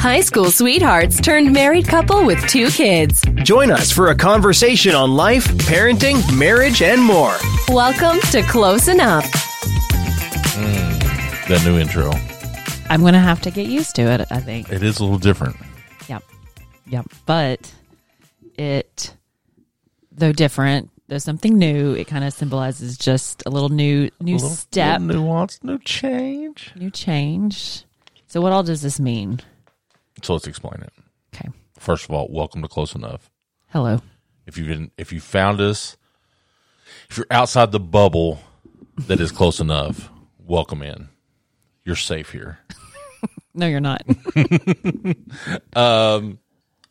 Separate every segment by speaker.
Speaker 1: High school sweethearts turned married couple with two kids.
Speaker 2: Join us for a conversation on life, parenting, marriage, and more.
Speaker 1: Welcome to Close Enough.
Speaker 3: that new intro.
Speaker 4: I'm going to have to get used to it, I think.
Speaker 3: It is a little different.
Speaker 4: Yep. Yep. But it, though different, though something new, it kind of symbolizes just a little new, new
Speaker 3: A little-
Speaker 4: step,
Speaker 3: little nuance, no change.
Speaker 4: new change. So, what all does this mean?
Speaker 3: So let's explain it.
Speaker 4: Okay.
Speaker 3: First of all, welcome to Close Enough.
Speaker 4: Hello.
Speaker 3: If you've been, if you found us, if you're outside the bubble that is close enough, welcome in. You're safe here.
Speaker 4: No, you're not.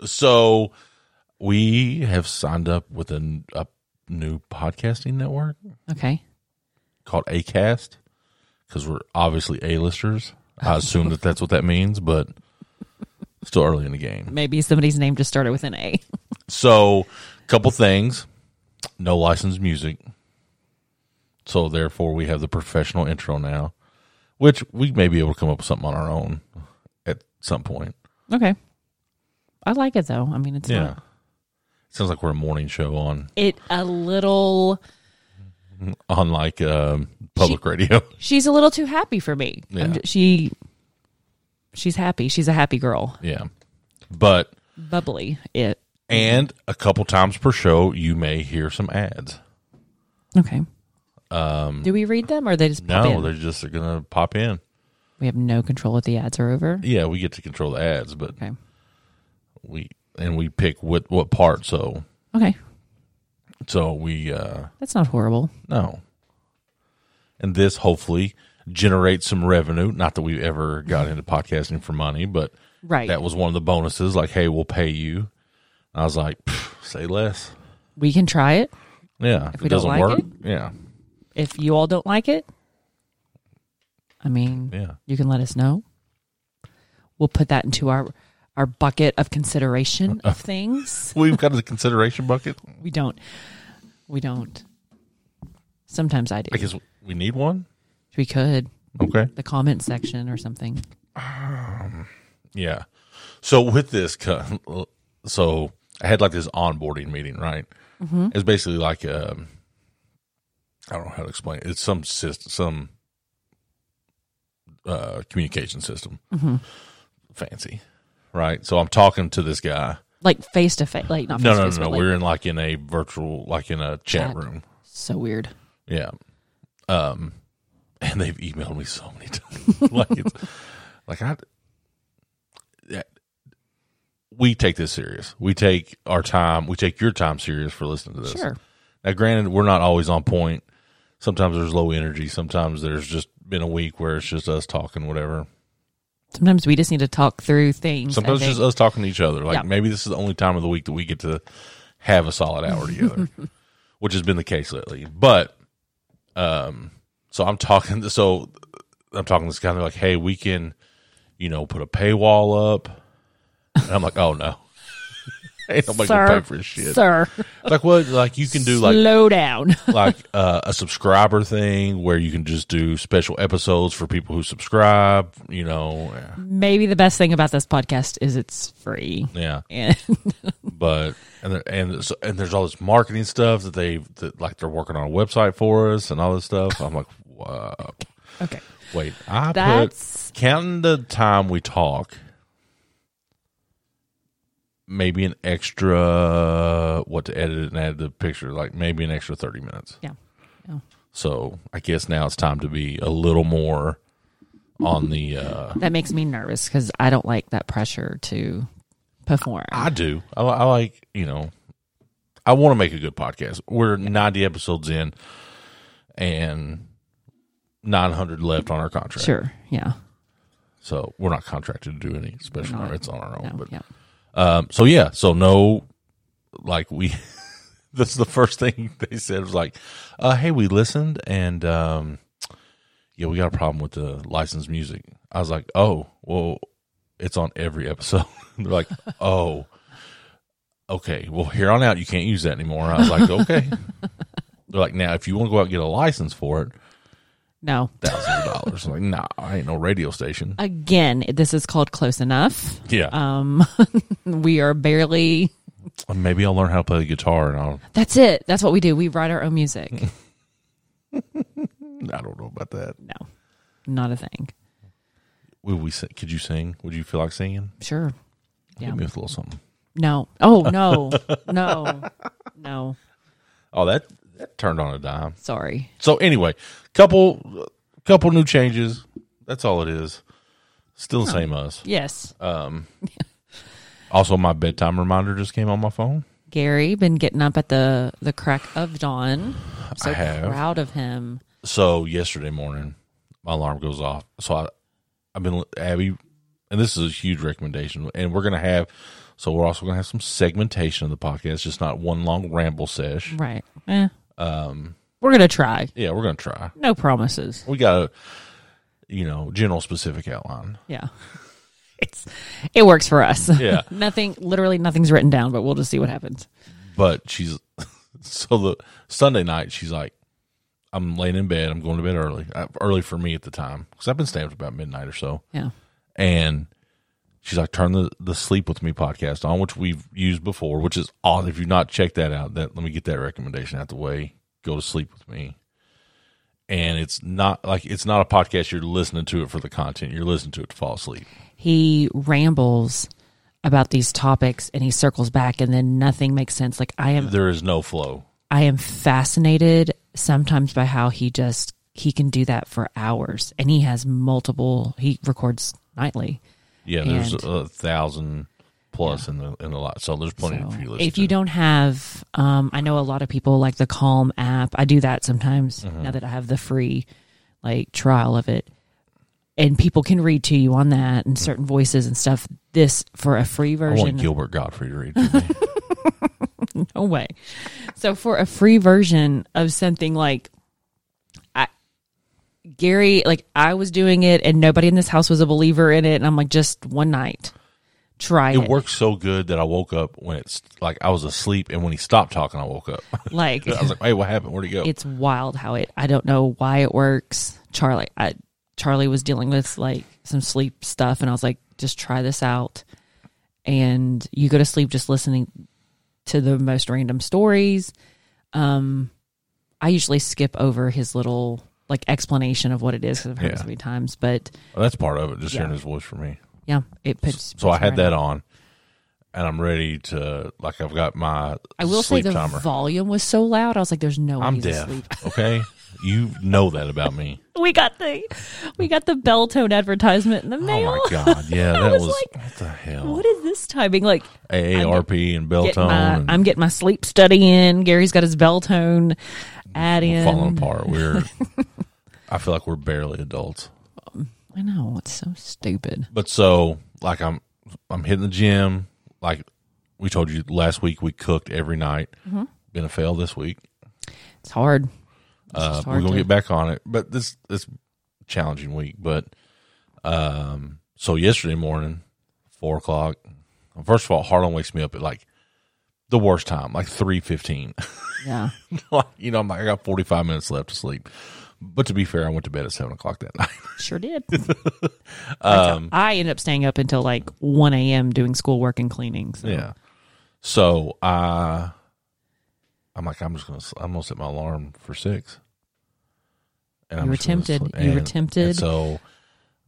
Speaker 3: So we have signed up with a, n- a new podcasting network
Speaker 4: okay.
Speaker 3: called Acast because we're obviously A-listers. I assume that that's what that means, but still early in the game.
Speaker 4: Maybe somebody's name just started with an A.
Speaker 3: So, couple things. No licensed music. So therefore we have the professional intro now, which we may be able to come up with something on our own at some point.
Speaker 4: Okay. I like it though. I mean, it's
Speaker 3: Yeah.
Speaker 4: not.
Speaker 3: Sounds like we're a morning show on
Speaker 4: It a little.
Speaker 3: on like um, public radio.
Speaker 4: She's a little too happy for me. I'm
Speaker 3: Yeah.
Speaker 4: j- she. She's happy. She's a happy girl.
Speaker 3: yeah. But
Speaker 4: Bubbly. It.
Speaker 3: and a couple times per show you may hear some ads.
Speaker 4: Okay. Um, Do we read them or they just pop
Speaker 3: No,
Speaker 4: in?
Speaker 3: they're just they're gonna pop in.
Speaker 4: We have no control if the ads are over.
Speaker 3: Yeah, we get to control the ads, but
Speaker 4: Okay.
Speaker 3: we and we pick what what part so
Speaker 4: Okay.
Speaker 3: so we uh
Speaker 4: That's not horrible.
Speaker 3: No. And this hopefully generates some revenue. Not that we've ever got into podcasting for money, but
Speaker 4: Right.
Speaker 3: that was one of the bonuses. Like, hey, we'll pay you. I was like, "Pff, say less.
Speaker 4: we can try it.
Speaker 3: Yeah.
Speaker 4: we don't like it?
Speaker 3: Yeah.
Speaker 4: If you all don't like it, I mean,
Speaker 3: Yeah.
Speaker 4: you can let us know. We'll put that into our our bucket of consideration of things.
Speaker 3: We've got the consideration bucket.
Speaker 4: We don't. We don't. Sometimes I do.
Speaker 3: I guess we need one.
Speaker 4: We could
Speaker 3: Okay.
Speaker 4: the comment section or something.
Speaker 3: Yeah. So with this, co- so I had like this onboarding meeting, right? It's basically like um, I don't know how to explain. It. It's some system, some uh, communication system, fancy, right? So I'm talking to this guy.
Speaker 4: Like face to face, like not face
Speaker 3: No,
Speaker 4: to
Speaker 3: no,
Speaker 4: face.
Speaker 3: no, no.
Speaker 4: but, like,
Speaker 3: We're in like in a virtual, like in a chat
Speaker 4: Chat.
Speaker 3: room.
Speaker 4: so weird.
Speaker 3: Yeah. Um, and they've emailed me so many times. like it's like I. that- We take this serious. We take our time. We take your time serious for listening to this.
Speaker 4: Sure.
Speaker 3: Now, granted, we're not always on point. Sometimes there's low energy. Sometimes there's just been a week where it's just us talking, whatever.
Speaker 4: Sometimes we just need to talk through things. I
Speaker 3: Sometimes it's
Speaker 4: think.
Speaker 3: just uh, us talking to each other. Like
Speaker 4: Yeah.
Speaker 3: maybe this is the only time of the week that we get to have a solid hour together, which has been the case lately. But um, so I'm talking. So I'm talking to this guy. And they're like, "Hey, we can, you know, put a paywall up." And I'm like, "Oh no, ain't nobody gonna pay for shit."
Speaker 4: Sir,
Speaker 3: Like what? Like you can do like
Speaker 4: slow down.
Speaker 3: like uh, a subscriber thing where you can just do special episodes for people who subscribe. You know,
Speaker 4: Maybe the best thing about this podcast is it's free.
Speaker 3: yeah.
Speaker 4: And
Speaker 3: but and there, and so, and there's all this marketing stuff that they that like they're working on a website for us and all this stuff. I'm like, wow.
Speaker 4: okay,
Speaker 3: wait, I
Speaker 4: That's-
Speaker 3: put counting the time we talk, maybe an extra what to edit it and add the picture, like maybe an extra thirty minutes.
Speaker 4: yeah, yeah.
Speaker 3: So I guess now it's time to be a little more on the. uh
Speaker 4: that makes me nervous because I
Speaker 3: Ah,
Speaker 4: don't like that pressure to perform.
Speaker 3: I do. I, li- I like you know. I want to make a good podcast. We're 90 episodes in and 900 left on our contract.
Speaker 4: Sure. Yeah.
Speaker 3: So we're not contracted to do any special merits on our own.
Speaker 4: No,
Speaker 3: but
Speaker 4: yeah.
Speaker 3: um, so yeah, so no, like we, that's the first thing they said was like, uh, "Hey, we listened, and um, yeah, we got a problem with the licensed music." I was like, "Oh, well, it's on every episode." They're like, "Oh, okay, well, here on out, you can't use that anymore." I was like, "Okay." They're like, "Now, if you want to go out and get a license for it,
Speaker 4: No.
Speaker 3: thousands of dollars." I'm like, "Nah, I ain't no radio station."
Speaker 4: Again, this is called close enough.
Speaker 3: Yeah,
Speaker 4: Um, we are barely.
Speaker 3: Uh, maybe I'll learn how to play the guitar, and I'll
Speaker 4: That's it. That's what we do. We write our own music.
Speaker 3: I don't know about that.
Speaker 4: no, not a thing.
Speaker 3: Would we sing, could you sing? Would you feel like singing?
Speaker 4: Sure. Yeah.
Speaker 3: Hit me with a little something.
Speaker 4: No. Oh no. no. No.
Speaker 3: Oh, that that turned on a dime.
Speaker 4: Sorry.
Speaker 3: So anyway, couple couple new changes. That's all it is. Still the same us.
Speaker 4: Yes.
Speaker 3: Also, my bedtime reminder just came on my phone.
Speaker 4: Gary been getting up at the the crack of dawn. I'm so
Speaker 3: I have.
Speaker 4: proud of him.
Speaker 3: So yesterday morning, my alarm goes off. So I, I've been Abby, and this is a huge recommendation. And we're gonna have, so we're also gonna have some segmentation of the podcast, just not one long ramble sesh.
Speaker 4: Right. Eh. Um. We're gonna try.
Speaker 3: Yeah, we're gonna try.
Speaker 4: No promises.
Speaker 3: We got a, you know, general specific outline.
Speaker 4: Yeah. It's it works for us.
Speaker 3: Yeah.
Speaker 4: Nothing. Literally nothing's written down, but we'll just see what happens.
Speaker 3: but she's so the Sunday night she's like, I'm laying in bed. I'm going to bed early, Uh, early for me at the time because I've been staying up about midnight or so.
Speaker 4: Yeah.
Speaker 3: And she's like, turn the the Sleep with Me podcast on, which we've used before, which is awesome. If you've not checked that out, that let me get that recommendation out the way. Go to sleep with me. And it's not like it's not a podcast. You're listening to it for the content. You're listening to it to fall asleep.
Speaker 4: He rambles about these topics and he circles back and then nothing makes sense. Like I am
Speaker 3: There is no flow.
Speaker 4: I am fascinated sometimes by how he just he can do that for hours and he has multiple he records nightly.
Speaker 3: Yeah, there's
Speaker 4: And-
Speaker 3: a thousand plus in the in the lot. So there's plenty
Speaker 4: So,
Speaker 3: for you to listen
Speaker 4: if you
Speaker 3: to.
Speaker 4: don't have um I know a lot of people like the Calm app. I do that sometimes
Speaker 3: Uh-huh.
Speaker 4: now that I have the free like trial of it. And people can read to you on that and certain voices and stuff. This for a free
Speaker 3: I want
Speaker 4: version.
Speaker 3: Gilbert Godfrey to read to me.
Speaker 4: no way. So for a free version of something like I Gary, like I was doing it and nobody in this house was a believer in it and I'm like just one night try it.
Speaker 3: it worked so good that I woke up when it's like I was asleep, and when he stopped talking, I woke up.
Speaker 4: Like
Speaker 3: I was like, "Hey, what happened? Where'd he go?"
Speaker 4: it's wild how it I don't know why it works. Charlie I Charlie was dealing with like some sleep stuff and I was like just try this out. And you go to sleep just listening to the most random stories. Um I usually skip over his little like explanation of what it is because I've heard it
Speaker 3: Yeah.
Speaker 4: so many times, but
Speaker 3: Well, Oh, that's part of it, just hearing his voice for me.
Speaker 4: yeah, it puts.
Speaker 3: So I
Speaker 4: puts
Speaker 3: had
Speaker 4: me right
Speaker 3: that
Speaker 4: in.
Speaker 3: on, and I'm ready to like I've got my
Speaker 4: I will say
Speaker 3: sleep
Speaker 4: the
Speaker 3: timer.
Speaker 4: volume was so loud. I was like, "There's no way
Speaker 3: I'm
Speaker 4: he's
Speaker 3: deaf.
Speaker 4: asleep."
Speaker 3: Okay, you know that about me.
Speaker 4: We got the, we got the Beltone advertisement in the
Speaker 3: Oh
Speaker 4: mail.
Speaker 3: my god, yeah,
Speaker 4: I
Speaker 3: that
Speaker 4: was
Speaker 3: was,
Speaker 4: like,
Speaker 3: what the hell.
Speaker 4: What is this timing? Like,
Speaker 3: AARP and
Speaker 4: get my,
Speaker 3: Beltone.
Speaker 4: I'm getting my sleep study in. Gary's got his Beltone ad
Speaker 3: and
Speaker 4: in.
Speaker 3: falling apart. We're I feel like we're barely adults.
Speaker 4: I know it's so stupid.
Speaker 3: But so like I'm I'm hitting the gym. Like we told you last week, we cooked every night.
Speaker 4: Mm-hmm.
Speaker 3: Gonna fail this week.
Speaker 4: It's hard. It's
Speaker 3: Uh,
Speaker 4: just
Speaker 3: we're
Speaker 4: hard
Speaker 3: gonna
Speaker 4: to-
Speaker 3: get back on it. But this this challenging week. But um, so yesterday morning, four o'clock. First of all, Harlan wakes me up at like the worst time, like three fifteen.
Speaker 4: Yeah,
Speaker 3: you know, I'm like I got forty five minutes left to sleep. But to be fair, I went to bed at seven o'clock that night.
Speaker 4: sure did. um, I ended up staying up until like 1 a.m. doing schoolwork and cleaning. So.
Speaker 3: Yeah. So I, I'm like, I'm just gonna, s- I'm gonna set my alarm for six. And
Speaker 4: You were
Speaker 3: just gonna
Speaker 4: tempted.
Speaker 3: sl-
Speaker 4: You were tempted.
Speaker 3: so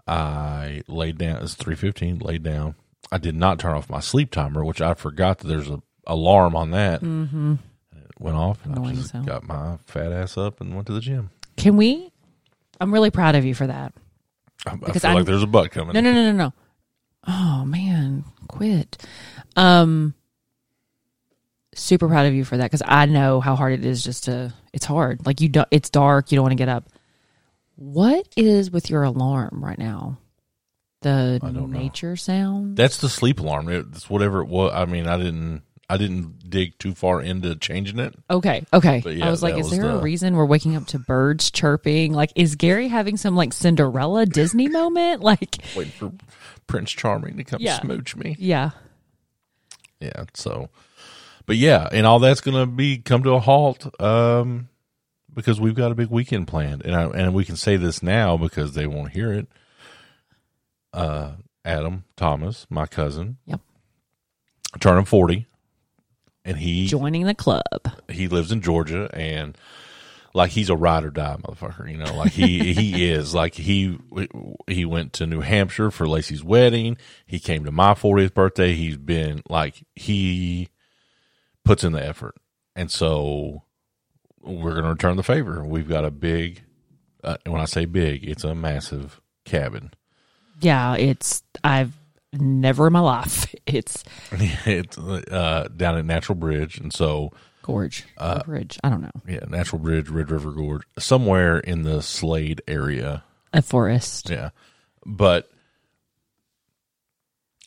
Speaker 3: I laid down. It's three fifteen. Laid down. I did not turn off my sleep timer, which I forgot that there's a alarm on that. Mm-hmm. It went off, and I
Speaker 4: Annoying
Speaker 3: just
Speaker 4: as hell.
Speaker 3: got my fat ass up and went to the gym.
Speaker 4: Can we? I'm really proud of you for that.
Speaker 3: I, I
Speaker 4: Because
Speaker 3: feel
Speaker 4: I'm-
Speaker 3: like there's a butt coming.
Speaker 4: No, no, no, no, no. Oh man, quit. Um, super proud of you for that because I know how hard it is just to, it's hard. Like you don't, it's dark, you don't want to get up. What is with your alarm right now? The nature sound?
Speaker 3: That's the sleep alarm. It, it's whatever it was. I mean, I didn't I didn't dig too far into changing it.
Speaker 4: Okay. Okay.
Speaker 3: But yeah,
Speaker 4: I was like,
Speaker 3: that
Speaker 4: is
Speaker 3: was
Speaker 4: there a
Speaker 3: the-
Speaker 4: reason we're waking up to birds chirping? Like, is Gary having some like Cinderella Disney moment? Like,
Speaker 3: Waiting for Prince Charming to come
Speaker 4: Yeah.
Speaker 3: smooch me.
Speaker 4: yeah.
Speaker 3: Yeah. So, but yeah, and all that's going to be come to a halt um, because we've got a big weekend planned, and I, and we can say this now because they won't hear it. Uh, Adam Thomas, my cousin,
Speaker 4: Yep.
Speaker 3: turning forty, and he
Speaker 4: Joining the club.
Speaker 3: he lives in Georgia and like he's a ride or die motherfucker, you know. Like he he is like he he went to New Hampshire for Lacey's wedding. He came to my 40th birthday. He's been like he puts in the effort, and so we're gonna return the favor. We've got a big, uh, when I say big, it's a massive cabin.
Speaker 4: Yeah. It's, I've never in my life. It's
Speaker 3: it's uh, down at Natural Bridge, and so
Speaker 4: gorge. Gorge. I don't know.
Speaker 3: yeah, Natural Bridge, Red River Gorge, somewhere in the Slade area.
Speaker 4: A forest.
Speaker 3: Yeah. But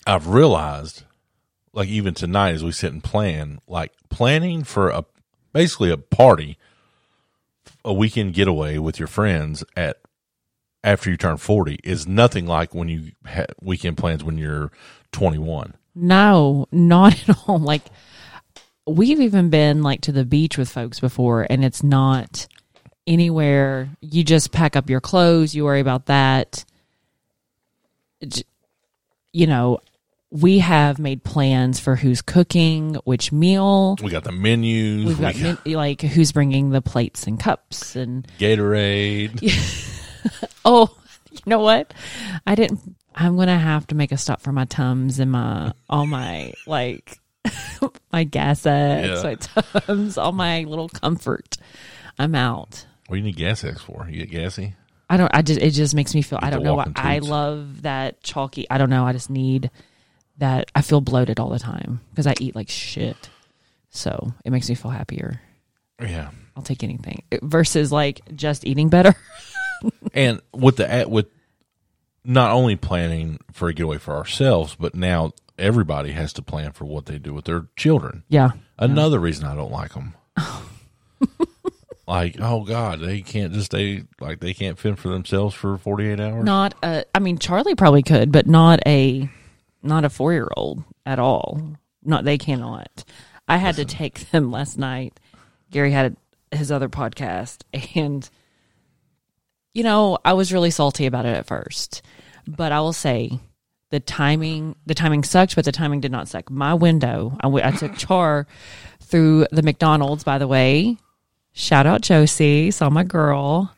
Speaker 3: I've realized, like, even tonight as we sit and plan, like, planning for a basically a party, a weekend getaway with your friends at after you turn 40 is nothing like when you had weekend plans when you're 21.
Speaker 4: No, not at all. Like, we've even been like to the beach with folks before, and it's not anywhere. You just pack up your clothes, you worry about that. J- You know, we have made plans for who's cooking, which meal.
Speaker 3: We got the menus,
Speaker 4: We've
Speaker 3: we got,
Speaker 4: got men- like who's bringing the plates and cups and
Speaker 3: Gatorade.
Speaker 4: Oh, you know what? I didn't. I'm gonna have to make a stop for my tums and my all my like my gasettes,
Speaker 3: Yeah.
Speaker 4: my tums, all my little comfort. I'm out.
Speaker 3: What do you need gas X for? You get gassy?
Speaker 4: I don't. I just. It just makes me feel. I
Speaker 3: the
Speaker 4: don't know. why
Speaker 3: walking
Speaker 4: I
Speaker 3: tubes.
Speaker 4: love that chalky. I don't know. I just need that. I feel bloated all the time because I eat like shit. So it makes me feel happier.
Speaker 3: Yeah.
Speaker 4: I'll take anything versus like just eating better.
Speaker 3: and with the at with not only planning for a getaway for ourselves, but now everybody has to plan for what they do with their children.
Speaker 4: Yeah.
Speaker 3: Another reason I don't like them. like, oh God, they can't just they like they can't fend for themselves for forty eight hours.
Speaker 4: not a i mean charlie probably could but not a not a four year old at all not they cannot i had to take them last night gary had his other podcast and you know i was really salty about it at first but i will say the timing the timing sucked but the timing did not suck my window i, w- I took char through the mcdonald's by the way shout out josie saw my girl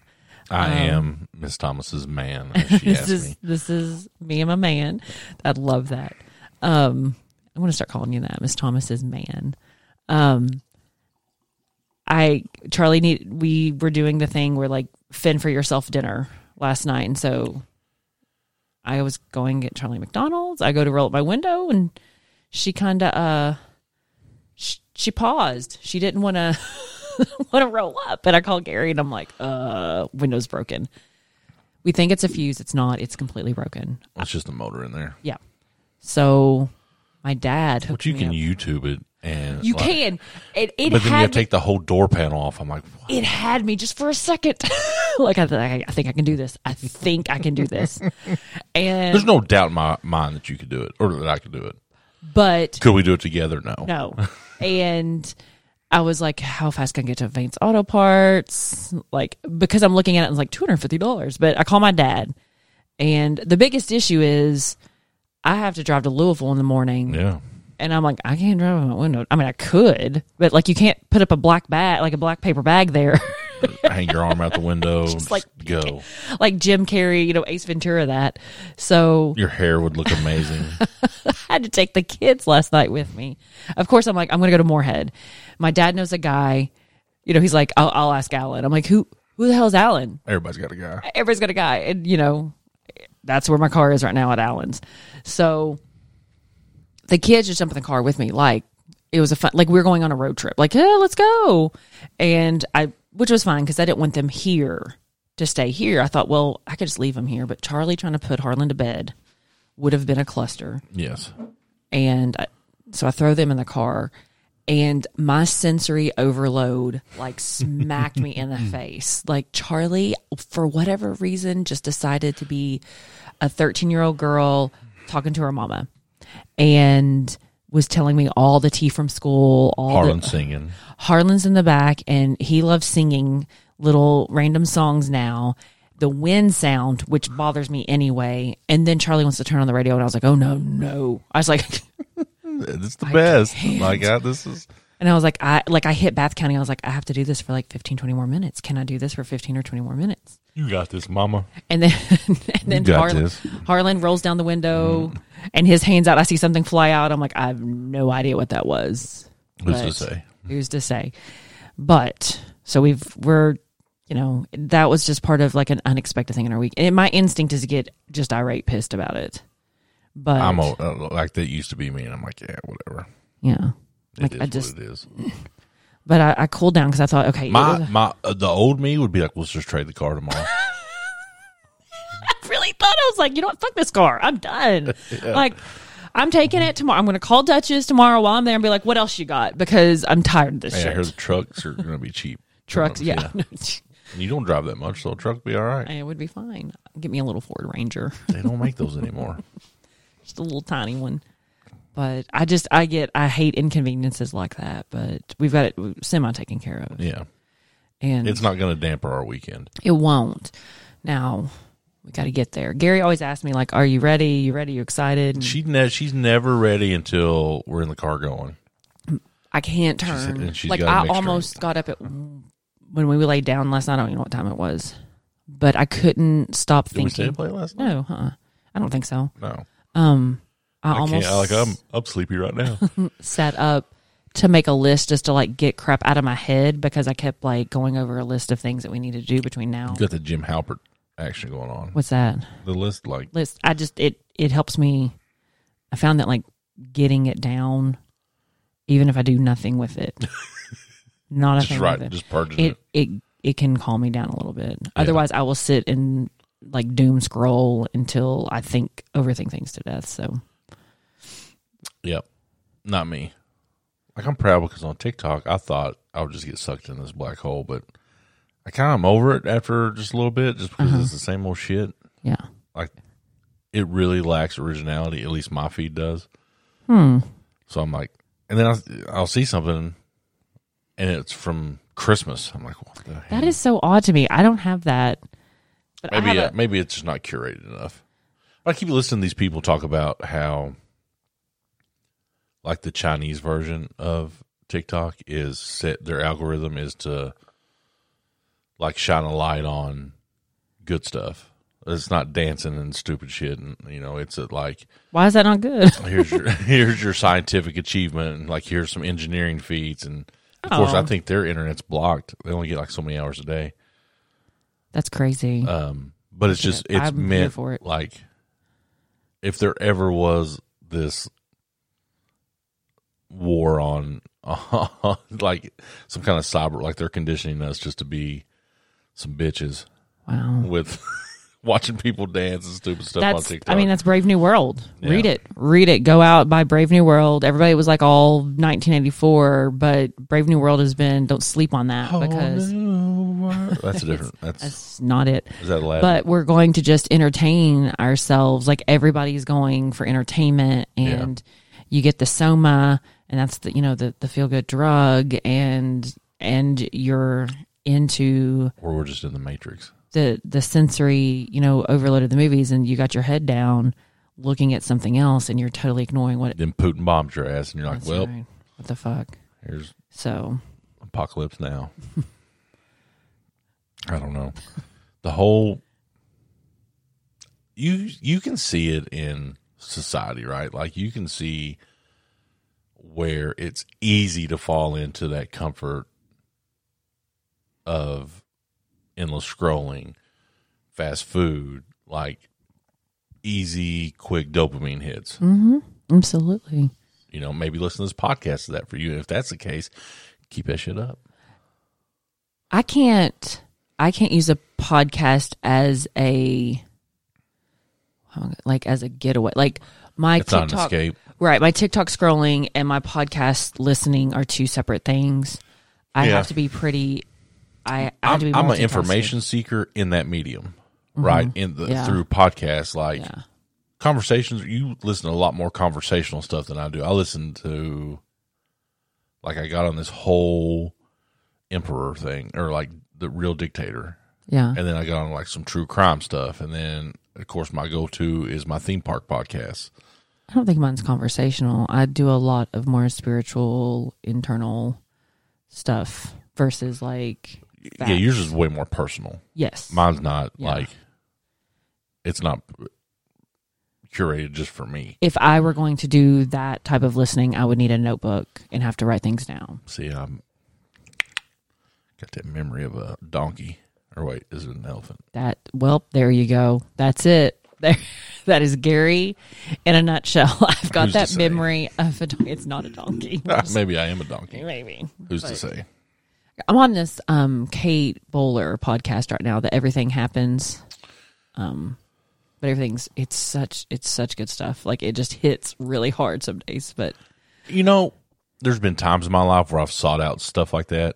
Speaker 3: I am Miss Thomas's man. As she asked
Speaker 4: this is
Speaker 3: me.
Speaker 4: this is me and my man. I love that. Um, I'm going to start calling you that, Miss Thomas's man. Um, I Charlie need we were doing the thing where like fend for yourself dinner last night, and so I was going at Charlie McDonald's. I go to roll up my window, and she kind of uh, she, she paused. She didn't want to. want to roll up and i call gary and i'm like uh window's broken we think it's a fuse. It's not. It's completely broken.
Speaker 3: It's just a motor in there.
Speaker 4: Yeah. So my dad hooked
Speaker 3: But you
Speaker 4: me
Speaker 3: can
Speaker 4: up.
Speaker 3: YouTube it and
Speaker 4: you
Speaker 3: like-
Speaker 4: can. It it
Speaker 3: but then you
Speaker 4: had
Speaker 3: have to take the whole door panel off. I'm like, what?
Speaker 4: it had me just for a second. like I, th- I I think I can do this. I think I can do this. And
Speaker 3: there's no doubt in my mind that you could do it or that I could do it.
Speaker 4: but
Speaker 3: Could we do it together? No.
Speaker 4: no. and I was like, how fast can I get to Vance Auto Parts? Like, because I'm looking at it and it's like $250. But I call my dad. And the biggest issue is I have to drive to Louisville in the morning.
Speaker 3: Yeah.
Speaker 4: and I'm like, I can't drive out my window. I mean, I could, but like, you can't put up a black bag, like a black paper bag there,
Speaker 3: hang your arm out the window, just
Speaker 4: like,
Speaker 3: go.
Speaker 4: like Jim Carrey, you know, Ace Ventura, that. So
Speaker 3: Your hair would look amazing.
Speaker 4: I had to take the kids last night with me. Of course, I'm like, I'm going to go to Moorhead. My dad knows a guy, you know, he's like, I'll, I'll ask Alan. I'm like, who, who the hell's Alan?
Speaker 3: Everybody's got a guy.
Speaker 4: everybody's got a guy and you know that's where my car is right now at allen's so the kids just jump in the car with me like it was a fun like we were going on a road trip like yeah let's go and i which was fine because i didn't want them here to stay here i thought well i could just leave them here but charlie trying to put harlan to bed would have been a cluster
Speaker 3: Yes.
Speaker 4: and I, so i throw them in the car and my sensory overload like smacked me in the face like charlie for whatever reason just decided to be a 13 year old girl talking to her mama and was telling me all the tea from school all
Speaker 3: Harlan
Speaker 4: the,
Speaker 3: singing.
Speaker 4: Harlan's in the back and he loves singing little random songs now. The wind sound, which bothers me anyway. And then Charlie wants to turn on the radio and I was like, oh no, no. I was like,
Speaker 3: It's the best. My God, this is.
Speaker 4: and I was like, I like I hit Bath County. I was like, I have to do this for like 15, 20 more minutes. Can I do this for 15 or 20 more minutes?
Speaker 3: You got this, Mama.
Speaker 4: And then, and then
Speaker 3: got
Speaker 4: Harlan,
Speaker 3: this. Mm.
Speaker 4: Harlan rolls down the window and his hands out. I see something fly out. I'm like, I have no idea what that was.
Speaker 3: Who's to
Speaker 4: but
Speaker 3: say?
Speaker 4: Who's to say? But so we've we're you know that was just part of like an unexpected thing in our week. And my instinct is to get just irate, pissed about it. But
Speaker 3: I'm a, uh, like that used to be me, and I'm like, yeah, whatever.
Speaker 4: yeah,
Speaker 3: It
Speaker 4: like
Speaker 3: is
Speaker 4: I just
Speaker 3: what it is.
Speaker 4: but I, I cooled down because I thought okay,
Speaker 3: My
Speaker 4: it
Speaker 3: my uh, the old me would be like, let's just trade the car tomorrow.
Speaker 4: was- really thought I was like you know what, fuck this car, I'm done. Like. I'm taking it tomorrow. I'm going to call Duchess tomorrow while I'm there and be like, "What else you got?" Because I'm tired of this
Speaker 3: hey, I hear the
Speaker 4: shit.
Speaker 3: trucks are going to be cheap.
Speaker 4: Trucks, yeah,
Speaker 3: And you don't drive that much, so a truck will be all right.
Speaker 4: it would be fine. Get me a little Ford Ranger.
Speaker 3: They don't make those anymore.
Speaker 4: just a little tiny one. But I just I get I hate inconveniences like that. But we've got it semi taken care of,
Speaker 3: Yeah,
Speaker 4: and
Speaker 3: it's not going to damper our weekend.
Speaker 4: it won't. Now we got to get there. Gary always asks me like, "Are you ready? You ready? You excited?" And
Speaker 3: She ne- she's never ready until we're in the car going.
Speaker 4: I can't turn.
Speaker 3: and she's
Speaker 4: like
Speaker 3: gotta
Speaker 4: I
Speaker 3: make sure-
Speaker 4: almost got up at when we laid down last night. I don't even know what time it was, but I couldn't stop
Speaker 3: Did we stay
Speaker 4: thinking.
Speaker 3: and play last night?
Speaker 4: No, huh? I don't think so.
Speaker 3: No,
Speaker 4: Um, I,
Speaker 3: I
Speaker 4: almost
Speaker 3: can't. Like I'm I'm sleepy right now.
Speaker 4: set up to make a list just to like get crap out of my head because I kept like going over a list of things that we need to do between now.
Speaker 3: got the Jim Halpert action going on.
Speaker 4: What's that
Speaker 3: The list like
Speaker 4: list? I just it it helps me. I found that like getting it down, even if I do nothing with it, not a
Speaker 3: Just
Speaker 4: thing
Speaker 3: right,
Speaker 4: with it.
Speaker 3: just purging
Speaker 4: it.
Speaker 3: it.
Speaker 4: It it can calm me down a little bit. Otherwise, I will sit and like doom scroll until I think overthink things to death. So
Speaker 3: Yep. Not me. Like I'm proud because on TikTok I thought I would just get sucked in this black hole, but I kind of am over it after just a little bit, just because
Speaker 4: Uh-huh.
Speaker 3: it's the same old shit.
Speaker 4: yeah,
Speaker 3: Like it really lacks originality. At least my feed does. Hmm. So I'm like, and then I'll, I'll see something, and it's from Christmas. I'm like, what the hell?
Speaker 4: that is so odd to me. I don't have that. But I have
Speaker 3: maybe
Speaker 4: a-
Speaker 3: uh, maybe it's just not curated enough. But I keep listening to these people talk about how like the Chinese version of TikTok is set their algorithm is to like shine a light on good stuff. It's not dancing and stupid shit and you know, it's at like
Speaker 4: why is that not good?
Speaker 3: here's your here's your scientific achievement and like here's some engineering feats and of course I
Speaker 4: Oh.
Speaker 3: think their internet's blocked. They only get like so many hours a day.
Speaker 4: That's crazy.
Speaker 3: Um, but it's just
Speaker 4: Internet.
Speaker 3: it's
Speaker 4: I'm here
Speaker 3: meant
Speaker 4: for it.
Speaker 3: like if there ever was this war on like some kind of cyber like they're conditioning us just to be some bitches
Speaker 4: wow.
Speaker 3: with watching people dance and stupid stuff on
Speaker 4: That's
Speaker 3: TikTok.
Speaker 4: I mean that's Brave New World.
Speaker 3: Yeah.
Speaker 4: Read it. Read it. Go out by Brave New World. Everybody was like all 1984, but Brave New World has been don't sleep on that
Speaker 3: Oh,
Speaker 4: because
Speaker 3: that's a different that's,
Speaker 4: that's not it.
Speaker 3: is that Aladdin?
Speaker 4: But we're going to just entertain ourselves like everybody's going for entertainment and you get the soma and that's the you know the the feel good drug and and you're into
Speaker 3: or we're just in the matrix.
Speaker 4: the the sensory you know overload of the movies and you got your head down looking at something else and you're totally ignoring what
Speaker 3: Then Putin bombs your ass and you're like,
Speaker 4: that's
Speaker 3: Well,
Speaker 4: right. what the fuck
Speaker 3: here's
Speaker 4: so
Speaker 3: apocalypse now i don't know the whole you you can see it in society right like you can see where it's easy to fall into that comfort of endless scrolling fast food like easy quick dopamine hits
Speaker 4: absolutely
Speaker 3: you know, maybe listen to this podcast to that for you. And if that's the case, keep that shit up.
Speaker 4: I can't I can't use a podcast as a like as a getaway. Like my
Speaker 3: It's not an
Speaker 4: TikTok
Speaker 3: escape.
Speaker 4: Right, my TikTok scrolling and my podcast listening are two separate things. I
Speaker 3: Yeah.
Speaker 4: have to be pretty I, I have to
Speaker 3: I'm, I'm an
Speaker 4: be multitasking. Mm-hmm.
Speaker 3: information seeker in that medium, right? In the
Speaker 4: Yeah.
Speaker 3: through podcasts, like conversations. You listen to a lot more conversational stuff than I do. I listen to, like, I got on this whole emperor thing, or like the real dictator,
Speaker 4: Yeah.
Speaker 3: and then I got on like some true crime stuff, and then of course my go to is my theme park podcast.
Speaker 4: I don't think mine's conversational. I do a lot of more spiritual internal stuff versus like
Speaker 3: Yeah,
Speaker 4: facts.
Speaker 3: yours is way more personal.
Speaker 4: yes.
Speaker 3: Mine's not
Speaker 4: Yeah.
Speaker 3: like it's not curated just for me.
Speaker 4: if I were going to do that type of listening, I would need a notebook and have to write things down.
Speaker 3: See, I'm got that memory of a donkey. Or wait, is it an elephant?
Speaker 4: That well, there you go. That's it. There, that is Gary in a nutshell. I've got
Speaker 3: Who's to
Speaker 4: that
Speaker 3: say?
Speaker 4: memory of a donkey. It's not a donkey.
Speaker 3: Maybe I am a donkey.
Speaker 4: Maybe.
Speaker 3: Who's to say?
Speaker 4: I'm on this um, Kate Bowler podcast right now. That everything happens. Um, but everything's it's such it's such good stuff. Like it just hits really hard some days. But
Speaker 3: You know, there's been times in my life where I've sought out stuff like that,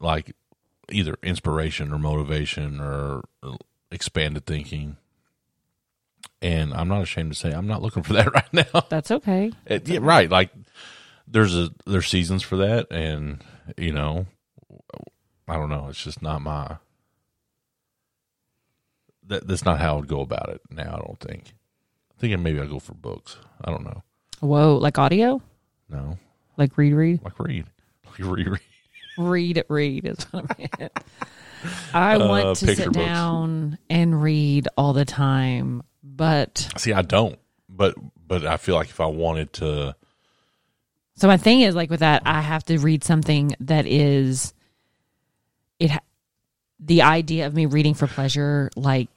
Speaker 3: like either inspiration or motivation or uh, expanded thinking. And I'm not ashamed to say I'm not looking for that right now.
Speaker 4: that's okay.
Speaker 3: It- yeah, right. Like there's a there's seasons for that, and you know, I don't know. It's just not my. That that's not how I'd go about it now. I don't think. I think maybe I go for books. I don't know.
Speaker 4: Whoa, like audio,
Speaker 3: No,
Speaker 4: like read read.
Speaker 3: like read, like reread.
Speaker 4: read read is what I meant. I
Speaker 3: Uh,
Speaker 4: want to
Speaker 3: picture
Speaker 4: sit
Speaker 3: books.
Speaker 4: down and read all the time, but
Speaker 3: See, I don't. But but I feel like if I wanted to,
Speaker 4: so my thing is like with that, I have to read something that is it. ha- The idea of me reading for pleasure like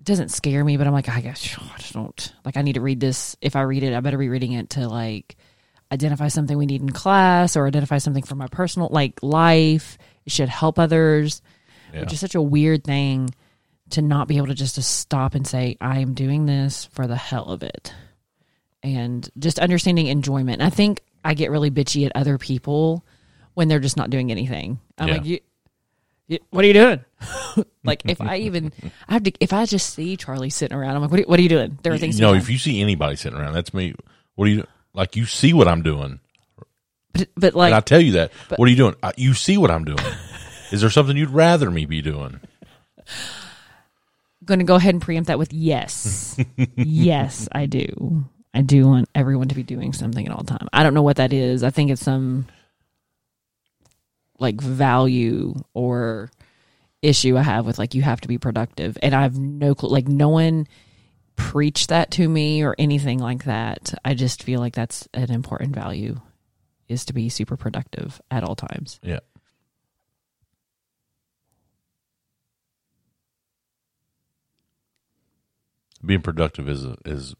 Speaker 4: doesn't scare me, but I'm like I guess I just don't like. I need to read this. If I read it, I better be reading it to like identify something we need in class or identify something for my personal like life. It should help others.
Speaker 3: yeah,
Speaker 4: which is such a weird thing to not be able to just to stop and say i am doing this for the hell of it and just understanding enjoyment And i think i get really bitchy at other people when they're just not doing anything i'm
Speaker 3: Yeah.
Speaker 4: like you, you what are you doing like if i even i have to if i just see charlie sitting around i'm like what are, what are you doing there are
Speaker 3: you
Speaker 4: things
Speaker 3: know,
Speaker 4: to be
Speaker 3: if you see anybody sitting around, that's me. What are you like? You see what I'm doing.
Speaker 4: done." but, but
Speaker 3: and I
Speaker 4: like
Speaker 3: tell you that. what are you doing? Uh, You see what I'm doing. Is there something you'd rather me be doing?
Speaker 4: going to go ahead and preempt that with yes. yes, I do. I do want everyone to be doing something at all time. I don't know what that is. I think it's some like value or issue I have with like you have to be productive and I have no clue like no one preached that to me or anything like that. I just feel like that's an important value is to be super productive at all times.
Speaker 3: Yeah. Being productive is is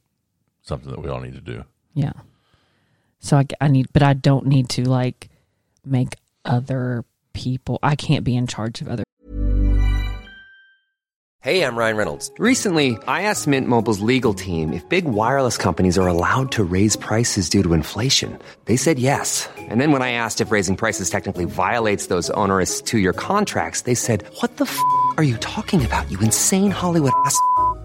Speaker 3: something that we all need to do.
Speaker 4: Yeah. So I, I need, but I don't need to like make other people. I can't be in charge of other.
Speaker 5: Hey, I'm Ryan Reynolds. Recently, I asked Mint Mobile's legal team if big wireless companies are allowed to raise prices due to inflation. They said yes. And then when I asked if raising prices technically violates those onerous two year contracts, they said, What the f are you talking about, you insane Hollywood ass? f-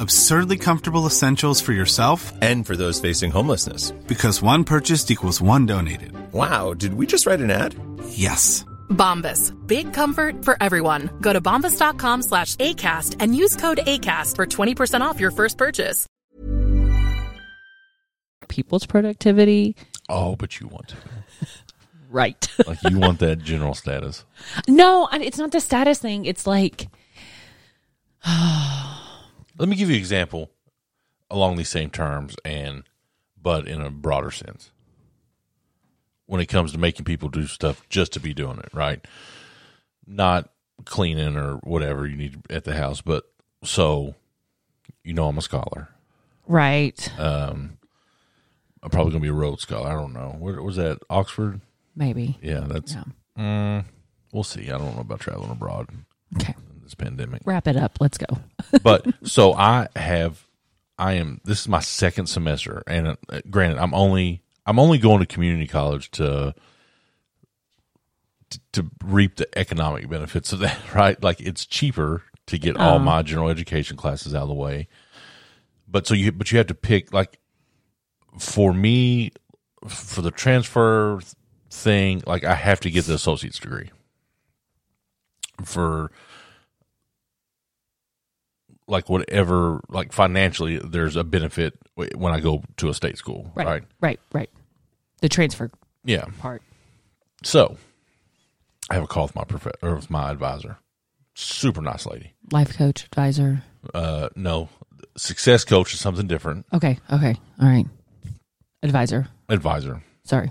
Speaker 6: Absurdly comfortable essentials for yourself
Speaker 7: And for those facing homelessness.
Speaker 6: because one purchased equals one donated.
Speaker 7: Wow, did we just write an ad?
Speaker 6: Yes.
Speaker 8: Bombas. Big comfort for everyone. Go to bombas.com slash ACAST and use code ACAST for 20% off your first purchase.
Speaker 4: People's productivity,
Speaker 3: Oh, but you want to.
Speaker 4: Right.
Speaker 3: Like you want that general status.
Speaker 4: no, and it's not the status thing. It's like
Speaker 3: Let me give you an example along these same terms and but in a broader sense. When it comes to making people do stuff just to be doing it, right? Not cleaning or whatever you need at the house, but so you know I'm a scholar.
Speaker 4: right,
Speaker 3: Uh, I'm probably going to be a Rhodes scholar. I don't know. Where was that? Oxford?
Speaker 4: maybe.
Speaker 3: Yeah, that's
Speaker 4: Yeah.
Speaker 3: Mm, we'll see. I don't know about traveling abroad
Speaker 4: Okay.
Speaker 3: in this pandemic.
Speaker 4: Wrap it up. Let's go.
Speaker 3: but so I have, I am. This is my second semester, and uh, granted, I'm only I'm only going to community college to, to to reap the economic benefits of that. Right, like it's cheaper to get all my general education classes out of the way. But so you but you have to pick like for me for the transfer thing like I have to get the associate's degree for like whatever like financially there's a benefit w- when i go to a state school right,
Speaker 4: Right. Right. Right. The transfer
Speaker 3: yeah
Speaker 4: part.
Speaker 3: so i have a call with my prof- or with my advisor super nice lady
Speaker 4: Life coach, advisor.
Speaker 3: uh no success coach is something different
Speaker 4: Okay. Okay. All right. Advisor.
Speaker 3: advisor
Speaker 4: Sorry.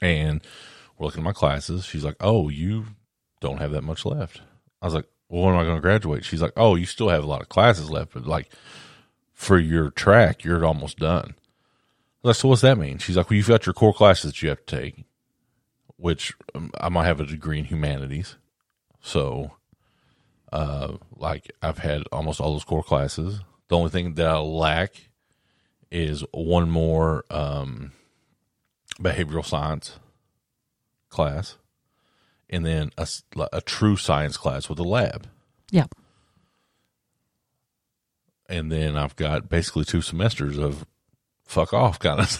Speaker 3: and we're looking at my classes she's like oh you don't have that much left i was like well when am i going to graduate she's like oh you still have a lot of classes left but like for your track you're almost done I was like so what's that mean she's like well you've got your core classes that you have to take which um, I might have a degree in humanities. So, uh, like I've had almost all those core classes. The only thing that I lack is one more um, behavioral science class, and then a, s- li- a true science class with a lab.
Speaker 4: Yeah.
Speaker 3: And then I've got basically two semesters of fuck off kind of.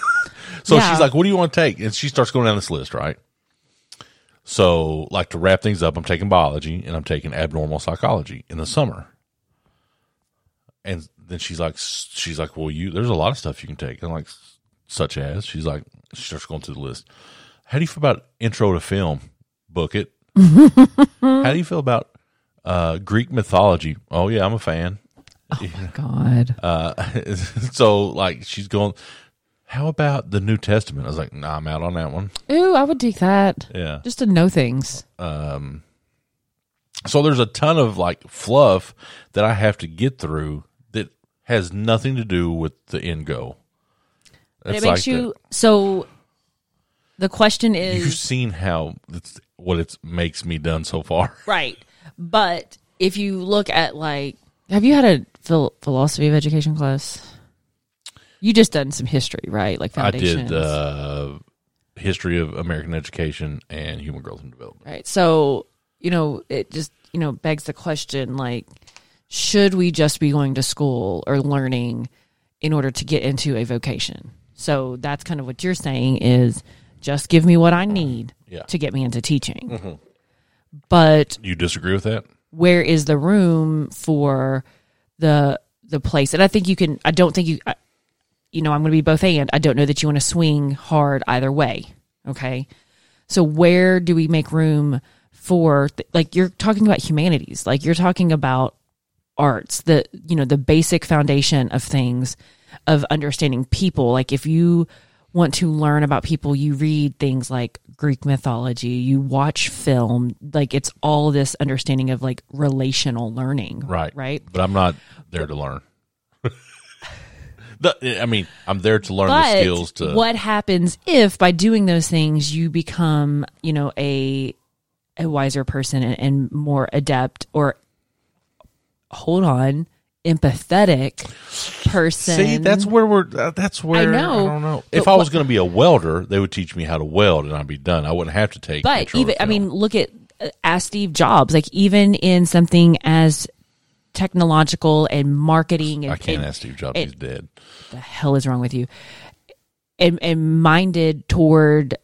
Speaker 3: so
Speaker 4: Yeah.
Speaker 3: she's like, "What do you want to take?" And she starts going down this list, right? So, like to wrap things up, I'm taking biology and I'm taking abnormal psychology in the summer. And then she's like, she's like, well, you, there's a lot of stuff you can take. And I'm like, such as, she's like, she starts going through the list. How do you feel about intro to film? Book it. How do you feel about uh, Greek mythology? Oh yeah, I'm a fan.
Speaker 4: God.
Speaker 3: Uh, so like, she's going. How about the New Testament? I was like, nah, I'm out on that one.
Speaker 4: Ooh, I would take that.
Speaker 3: Yeah.
Speaker 4: Just to know things.
Speaker 3: So there's a ton of like fluff that I have to get through that has nothing to do with the end goal.
Speaker 4: And it
Speaker 3: It's
Speaker 4: makes
Speaker 3: like
Speaker 4: you so. The question
Speaker 3: the- you've
Speaker 4: is
Speaker 3: seen how it's, what it makes me done so far.
Speaker 4: right, but if you look at like, have you had a phil- philosophy of education class? You just done some history, right? Like
Speaker 3: I
Speaker 4: foundations,
Speaker 3: did uh, history of American education and human growth and development.
Speaker 4: right? So you know, it just you know begs the question like, should we just be going to school or learning in order to get into a vocation? So that's kind of what you're saying is just give me what I need
Speaker 3: Yeah.
Speaker 4: to get me into teaching. But
Speaker 3: You disagree with that?
Speaker 4: where is the room for the the place and i think you can i don't think you I, you know i'm going to be both and i don't know that you want to swing hard either way okay so where do we make room for th- like you're talking about humanities like you're talking about arts the you know the basic foundation of things of understanding people like if you want to learn about people you read things like greek mythology you watch film like it's all this understanding of like relational learning
Speaker 3: Right.
Speaker 4: right
Speaker 3: But I'm not there to learn. The- I mean, I'm there to learn the skills to.
Speaker 4: what happens if by doing those things you become you know a a wiser person and, and more adept or hold on empathetic person
Speaker 3: See, that's where we're. that- That's where
Speaker 4: know,
Speaker 3: I don't know.
Speaker 4: but
Speaker 3: If I was
Speaker 4: what-
Speaker 3: going to be a welder, they would teach me how to weld, and I'd be done. I wouldn't have to take.
Speaker 4: but
Speaker 3: control
Speaker 4: even i
Speaker 3: film.
Speaker 4: mean look at uh, ask steve jobs like even in something as technological and marketing and,
Speaker 3: I can't
Speaker 4: and
Speaker 3: ask Steve Jobs.
Speaker 4: it-
Speaker 3: he's dead.
Speaker 4: the hell is wrong with you and and minded toward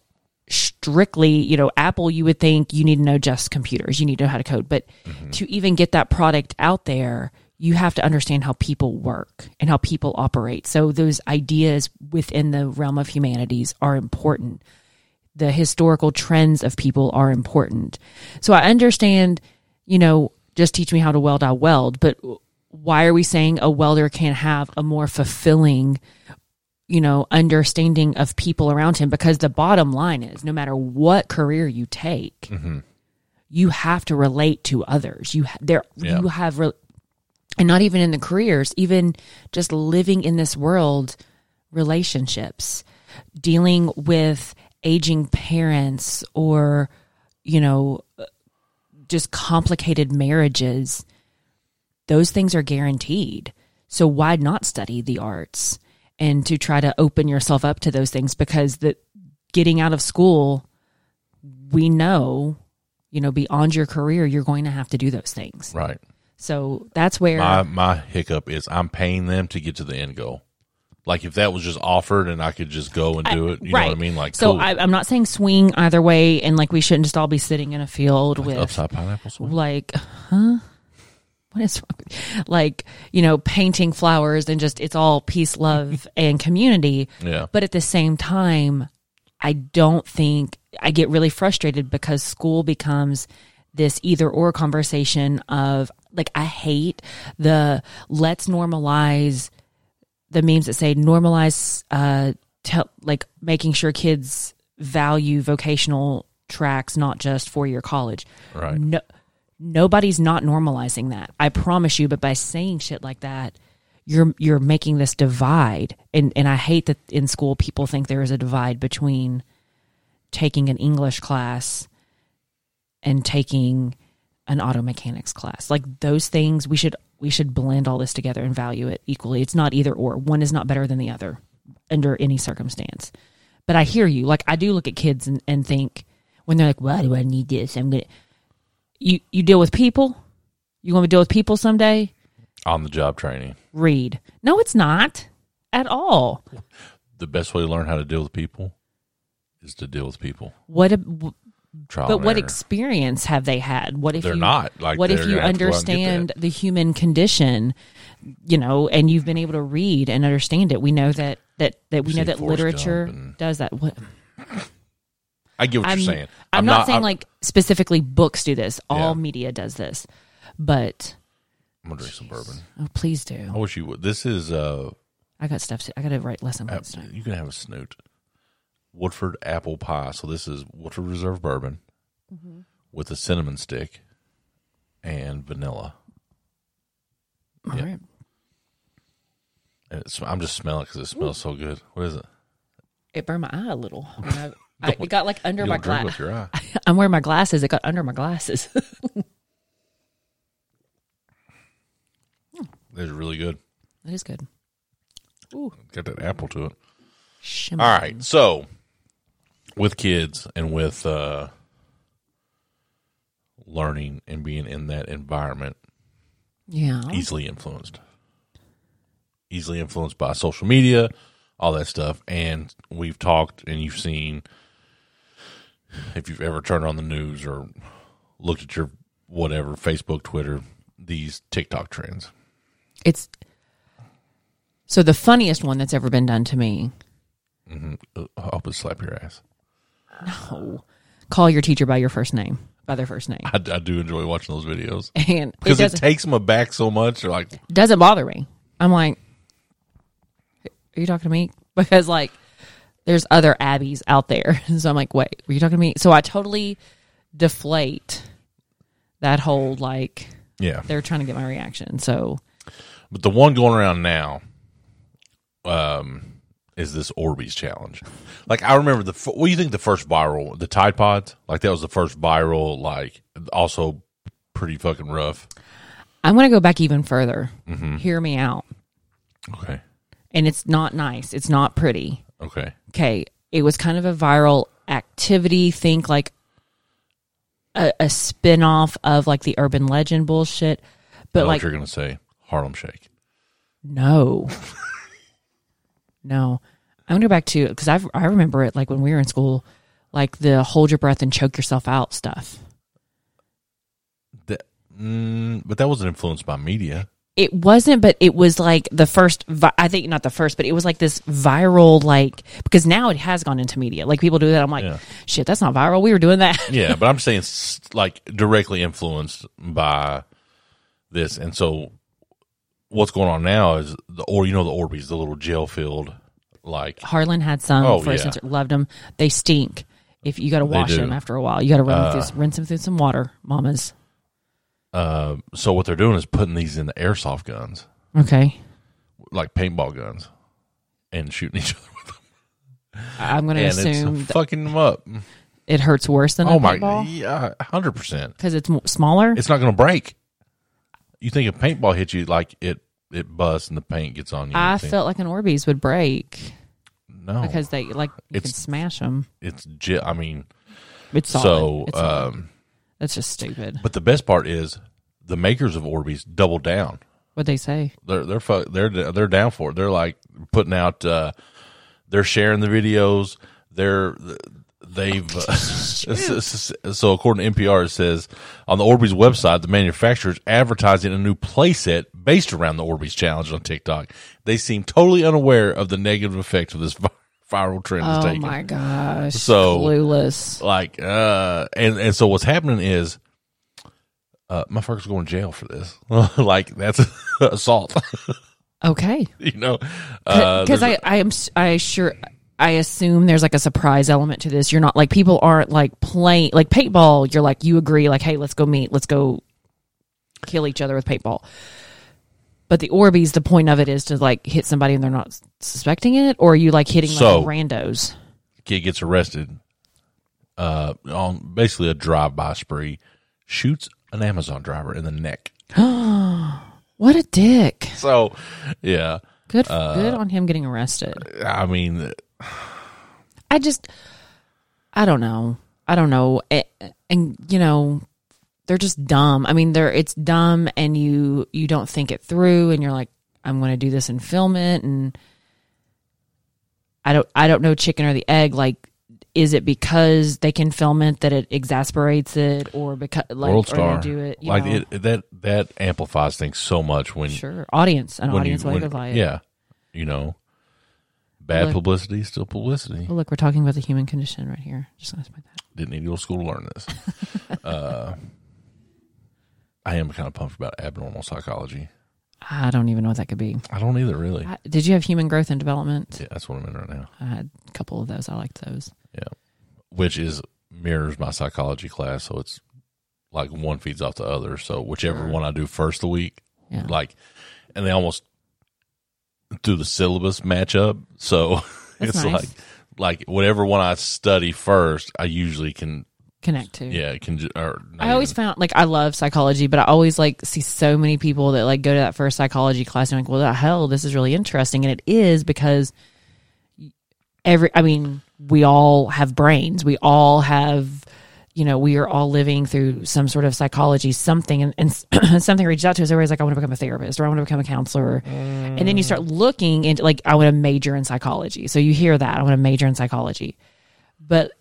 Speaker 4: strictly you know apple you would think you need to know just computers you need to know how to code but to even get that product out there you have to understand how people work and how people operate so those ideas within the realm of humanities are important the historical trends of people are important. So I understand, you know, just teach me how to weld, I weld, but why are we saying a welder can't have a more fulfilling you know understanding of people around him because the bottom line is no matter what career you take you have to relate to others you ha- there
Speaker 3: Yeah.
Speaker 4: you have re- and not even in the careers even just living in this world relationships dealing with aging parents or you know just complicated marriages those things are guaranteed. So why not study the arts and to try to open yourself up to those things? Because the getting out of school, we know, you know, beyond your career, you're going to have to do those things.
Speaker 3: Right.
Speaker 4: So that's where
Speaker 3: My my hiccup is I'm paying them to get to the end goal. Like if that was just offered and I could just go and
Speaker 4: I-
Speaker 3: do it, you know what I mean? Like
Speaker 4: so
Speaker 3: cool.
Speaker 4: I, I'm not saying swing either way, and like we shouldn't just all be sitting in a field with
Speaker 3: upside pineapple swing.
Speaker 4: like huh what is wrong? like you know painting flowers and just it's all peace love and community
Speaker 3: Yeah.
Speaker 4: but at the same time i don't think i get really frustrated because school becomes this either or conversation of like i hate the let's normalize the memes that say normalize uh tell like making sure kids value vocational tracks not just four year college
Speaker 3: Right.
Speaker 4: no nobody's not normalizing that i promise you but by saying shit like that you're you're making this divide and and i hate that in school people think there is a divide between taking an english class and taking an auto mechanics class like those things we should we should blend all this together and value it equally it's not either or one is not better than the other under any circumstance but i hear you like i do look at kids and, and think when they're like why do i need this i'm gonna you you deal with people you want to deal with people someday
Speaker 3: On the job training.
Speaker 4: read no it's not at all
Speaker 3: The best way to learn how to deal with people is to deal with people.
Speaker 4: what a,
Speaker 3: Trial
Speaker 4: but
Speaker 3: and
Speaker 4: what
Speaker 3: error.
Speaker 4: experience have they had what if
Speaker 3: They're
Speaker 4: you,
Speaker 3: not. Like,
Speaker 4: what if
Speaker 3: they're
Speaker 4: you
Speaker 3: gonna have to go out and get
Speaker 4: understand
Speaker 3: that.
Speaker 4: the human condition you know and you've been able to read and understand it we know that that that we
Speaker 3: You've
Speaker 4: know
Speaker 3: seen
Speaker 4: that
Speaker 3: Forrest
Speaker 4: literature
Speaker 3: Gump and-
Speaker 4: does that what
Speaker 3: I get what
Speaker 4: I'm,
Speaker 3: you're saying.
Speaker 4: I'm not, saying
Speaker 3: I'm-
Speaker 4: like specifically books do this
Speaker 3: Yeah.
Speaker 4: all media does this but
Speaker 3: I'm gonna drink some bourbon.
Speaker 4: oh please
Speaker 3: I
Speaker 4: do
Speaker 3: wish you would. This is uh,
Speaker 4: i got stuff to, i gotta write lesson
Speaker 3: ap-
Speaker 4: plans tonight.
Speaker 3: you can have a snoot. Woodford apple pie. So this is Woodford Reserve bourbon
Speaker 4: Mm-hmm.
Speaker 3: with a cinnamon stick and vanilla.
Speaker 4: All
Speaker 3: Yeah.
Speaker 4: right.
Speaker 3: And it's, I'm just smelling because it smells so good. What is it?
Speaker 4: it burned my eye a little when I, I, it got like under
Speaker 3: You
Speaker 4: my
Speaker 3: don't drink with
Speaker 4: glass
Speaker 3: your eye.
Speaker 4: I'm wearing my glasses. It got under my glasses.
Speaker 3: It's really good.
Speaker 4: that is good.
Speaker 3: Got that apple to it.
Speaker 4: Mm-hmm. Shimmer.
Speaker 3: All right. So with kids and with uh learning and being in that environment
Speaker 4: Yeah.
Speaker 3: easily influenced. Easily influenced by social media, all that stuff. And we've talked and you've seen if you've ever turned on the news or looked at your whatever, Facebook, Twitter, these TikTok trends.
Speaker 4: It's so the funniest one that's ever been done to me.
Speaker 3: Uh, I'll just slap your ass.
Speaker 4: Oh, call your teacher by your first name, by their first name,
Speaker 3: I, I do enjoy watching those videos.
Speaker 4: and it
Speaker 3: because it,
Speaker 4: doesn't
Speaker 3: takes them aback so much. They're like,
Speaker 4: doesn't bother me. I'm like, are you talking to me? Because like, there's other Abbies out there, so I'm like, wait, were you talking to me? So I totally deflate that whole like
Speaker 3: yeah.
Speaker 4: they're trying to get my reaction. So
Speaker 3: But the one going around now, um, is this Orbeez challenge? Like, I remember the. f- What do you think the first viral? The Tide Pods, like that was the first viral. Like, also pretty fucking rough.
Speaker 4: I'm going to go back even further. Hear me out.
Speaker 3: Okay,
Speaker 4: And it's not nice. It's not pretty.
Speaker 3: okay,
Speaker 4: Okay. It was kind of a viral activity. Think like a, a spin off of like the urban legend bullshit.
Speaker 3: I
Speaker 4: But
Speaker 3: know
Speaker 4: like,
Speaker 3: what you're gonna say Harlem Shake.
Speaker 4: no. no. I'm going to go back to, because I I remember it like when we were in school, like the hold your breath and choke yourself out stuff.
Speaker 3: That, mm, but that wasn't influenced by media.
Speaker 4: it wasn't, but it was like the first. Vi- I think not the first, but it was like this viral like because now it has gone into media. Like people do that. I'm like,
Speaker 3: Yeah.
Speaker 4: shit, that's not viral. We were doing that.
Speaker 3: yeah, but I'm saying s- like directly influenced by this, and so what's going on now is the or you know the Orbeez, the little gel filled like
Speaker 4: Harlan had some
Speaker 3: Oh,
Speaker 4: for
Speaker 3: yeah.
Speaker 4: his sister. Loved them. They stink. If you got to wash
Speaker 3: do.
Speaker 4: them after a while, you got to run them through, rinse them through some water, mamas.
Speaker 3: uh, so what they're doing is putting these in the airsoft guns,
Speaker 4: Okay,
Speaker 3: like paintball guns, and shooting each other with them,
Speaker 4: I- I'm going to
Speaker 3: and
Speaker 4: assume
Speaker 3: it's
Speaker 4: that
Speaker 3: fucking them up.
Speaker 4: it hurts worse than
Speaker 3: Oh
Speaker 4: a
Speaker 3: my,
Speaker 4: paintball
Speaker 3: yeah, hundred percent.
Speaker 4: because it's mo- smaller.
Speaker 3: It's not going to break. You think if paintball hits you, like it it busts and the paint gets on you.
Speaker 4: I
Speaker 3: You think,
Speaker 4: felt like an Orbeez would break
Speaker 3: no
Speaker 4: because they like
Speaker 3: Oh.
Speaker 4: you can
Speaker 3: It's-
Speaker 4: smash them.
Speaker 3: it's. ge- I mean,
Speaker 4: It's solid.
Speaker 3: so.
Speaker 4: It's solid.
Speaker 3: um,
Speaker 4: that's just stupid.
Speaker 3: But the best part is the makers of Orbeez doubled down.
Speaker 4: What they say?
Speaker 3: They're they're fu- they're they're down for it. They're like putting out. Uh, they're sharing the videos. They're they've uh, so according to NPR, it says on the Orbeez website, the manufacturer is advertising a new playset based around the Orbeez challenge on TikTok. They seem totally unaware of the negative effects of this vi- viral trend. is
Speaker 4: Oh
Speaker 3: taking
Speaker 4: my gosh!
Speaker 3: So-
Speaker 4: clueless.
Speaker 3: like uh and and so what's happening is uh my fucker's going to jail for this like that's assault
Speaker 4: Okay,
Speaker 3: you know uh
Speaker 4: because
Speaker 3: there's
Speaker 4: I, I am s- I sure I assume there's like a surprise element to this. You're not like people aren't like playing like paintball. You're like you agree like hey let's go meet let's go kill each other with paintball. But the Orbeez, the point of it is to like hit somebody and they're not s- suspecting it, or are you like hitting like
Speaker 3: So-
Speaker 4: randos?
Speaker 3: a kid gets arrested uh on basically a drive-by spree shoots an amazon driver in the neck
Speaker 4: What a dick!
Speaker 3: so yeah
Speaker 4: Good,
Speaker 3: Uh,
Speaker 4: good on him getting arrested.
Speaker 3: i mean
Speaker 4: I just, I don't know. I don't know. A- And, you know, they're just dumb. I mean, they're, it's dumb and you, you don't think it through and you're like, I'm going to do this and film it. And I don't, I don't know chicken or the egg. Like, is it because they can film it that it exasperates it or because like,
Speaker 3: world
Speaker 4: or
Speaker 3: star
Speaker 4: they do it? You
Speaker 3: like
Speaker 4: know?
Speaker 3: it, that that amplifies things so much when
Speaker 4: sure. Audience, an
Speaker 3: when
Speaker 4: audience,
Speaker 3: you
Speaker 4: will
Speaker 3: when-
Speaker 4: amplify it.
Speaker 3: yeah you know bad
Speaker 4: Look-
Speaker 3: publicity is still publicity
Speaker 4: Well, Oh, look, we're talking about the human condition right here. Just gonna point that. out.
Speaker 3: didn't need to go to school to learn this. uh, I am kind of pumped about abnormal psychology.
Speaker 4: I don't even know what that could be.
Speaker 3: I don't either, really.
Speaker 4: I- Did you have human growth and development?
Speaker 3: yeah, that's what I'm in right now.
Speaker 4: I had a couple of those. I liked those.
Speaker 3: Yeah, which is mirrors my psychology class, so it's like one feeds off the other. So whichever one I do first the week,
Speaker 4: Yeah.
Speaker 3: like, and they almost do the syllabus match up. So
Speaker 4: That's
Speaker 3: it's
Speaker 4: nice.
Speaker 3: like like whatever one I study first, I usually can
Speaker 4: Connect to.
Speaker 3: yeah can ju- or not
Speaker 4: I always
Speaker 3: even-
Speaker 4: found like I love psychology, but I always like see so many people that like go to that first psychology class and like, well, the hell, this is really interesting, and it is because every. I mean, we all have brains. We all have. You know, we are all living through some sort of psychology, something, and, and something reaches out to us. Everybody's like, I want to become a therapist or I want to become a counselor. And then you start looking into, like, I want to major in psychology. So you hear that, I want to major in psychology. But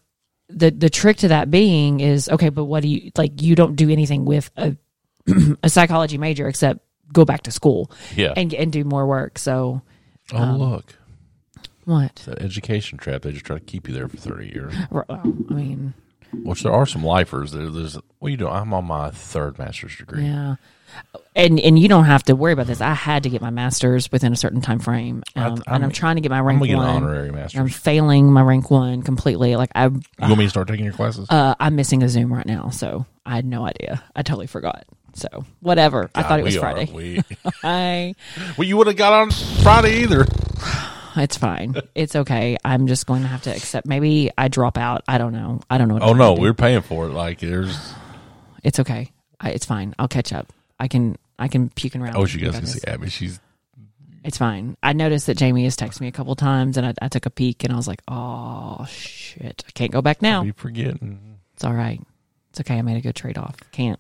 Speaker 4: the the trick to that being is okay but what do you like you don't do anything with a a psychology major except go back to school
Speaker 3: Yeah.
Speaker 4: and and do more work so
Speaker 3: oh
Speaker 4: um,
Speaker 3: look
Speaker 4: what
Speaker 3: the education trap. They just try to keep you there for 30 years,
Speaker 4: Well, i mean
Speaker 3: which there are some lifers. There, there's, well, you know, I'm on my third master's degree.
Speaker 4: yeah and and you don't have to worry about this i had to get my master's within a certain time frame um,
Speaker 3: I- I'm-
Speaker 4: and i'm trying to get my rank
Speaker 3: gonna get an
Speaker 4: one
Speaker 3: honorary
Speaker 4: and i'm
Speaker 3: master's.
Speaker 4: failing my rank one completely like i
Speaker 3: You want me to start taking your classes?
Speaker 4: uh, i'm missing a zoom right now so i had no idea i totally forgot so whatever i thought it was
Speaker 3: Ah, we are-
Speaker 4: friday
Speaker 3: we,
Speaker 4: i
Speaker 3: well, you would have got on Friday either.
Speaker 4: It's fine. It's okay. I'm just going to have to accept. Maybe I drop out. I don't know. I don't know. What
Speaker 3: Oh,
Speaker 4: I'm
Speaker 3: no,
Speaker 4: gonna do.
Speaker 3: we're paying for it. Like, there's,
Speaker 4: It's okay. I, it's fine. I'll catch up. I can. I can puke and
Speaker 3: I
Speaker 4: rattle.
Speaker 3: wish Oh, you guys
Speaker 4: Got
Speaker 3: can see
Speaker 4: this.
Speaker 3: Abby. She's,
Speaker 4: It's fine. I noticed that Jamie has texted me a couple times, and I, I took a peek, and I was like, "Oh shit, I can't go back now."
Speaker 3: you forgetting.
Speaker 4: It's all right. It's okay. I made a good trade off. Can't.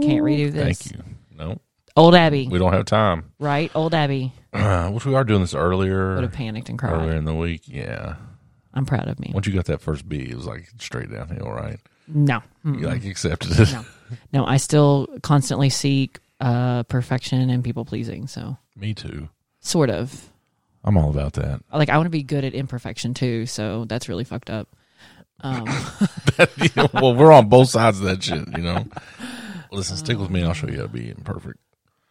Speaker 4: Can't redo this.
Speaker 3: Thank you. No,
Speaker 4: Old Abby,
Speaker 3: we don't have time.
Speaker 4: right? Old Abby
Speaker 3: which we are doing this
Speaker 4: would
Speaker 3: earlier,
Speaker 4: have panicked and
Speaker 3: earlier
Speaker 4: cried.
Speaker 3: in the week. Yeah.
Speaker 4: I'm proud of me.
Speaker 3: Once you got that first B, it was like straight downhill, right?
Speaker 4: No. Mm.
Speaker 3: You like accepted it.
Speaker 4: No, I still constantly seek uh, perfection and people pleasing. So
Speaker 3: Me too.
Speaker 4: sort of
Speaker 3: I'm all about that.
Speaker 4: like I want to be good at imperfection too. So that's really fucked up. Um,
Speaker 3: well, we're on both sides of that shit, you know. Listen, stick with me and I'll show you how to be imperfect.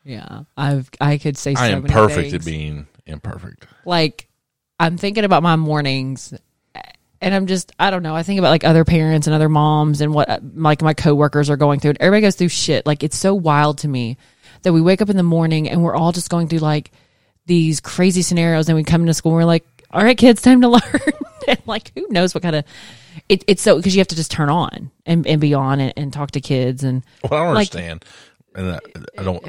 Speaker 4: yeah, I've I could say so
Speaker 3: I am
Speaker 4: many
Speaker 3: perfect
Speaker 4: things.
Speaker 3: at being imperfect.
Speaker 4: like I'm thinking about my mornings and I'm just I don't know. I think about like other parents and other moms and what uh, like my coworkers are going through. And everybody goes through shit. Like it's so wild to me that we wake up in the morning and we're all just going through like these crazy scenarios and we come into school and we're like, "All right, kids, time to learn." and like who knows what kind of it, it's so because you have to just turn on and, and be on and, and talk to kids and
Speaker 3: Well, I don't
Speaker 4: Like-
Speaker 3: understand. And I, I don't.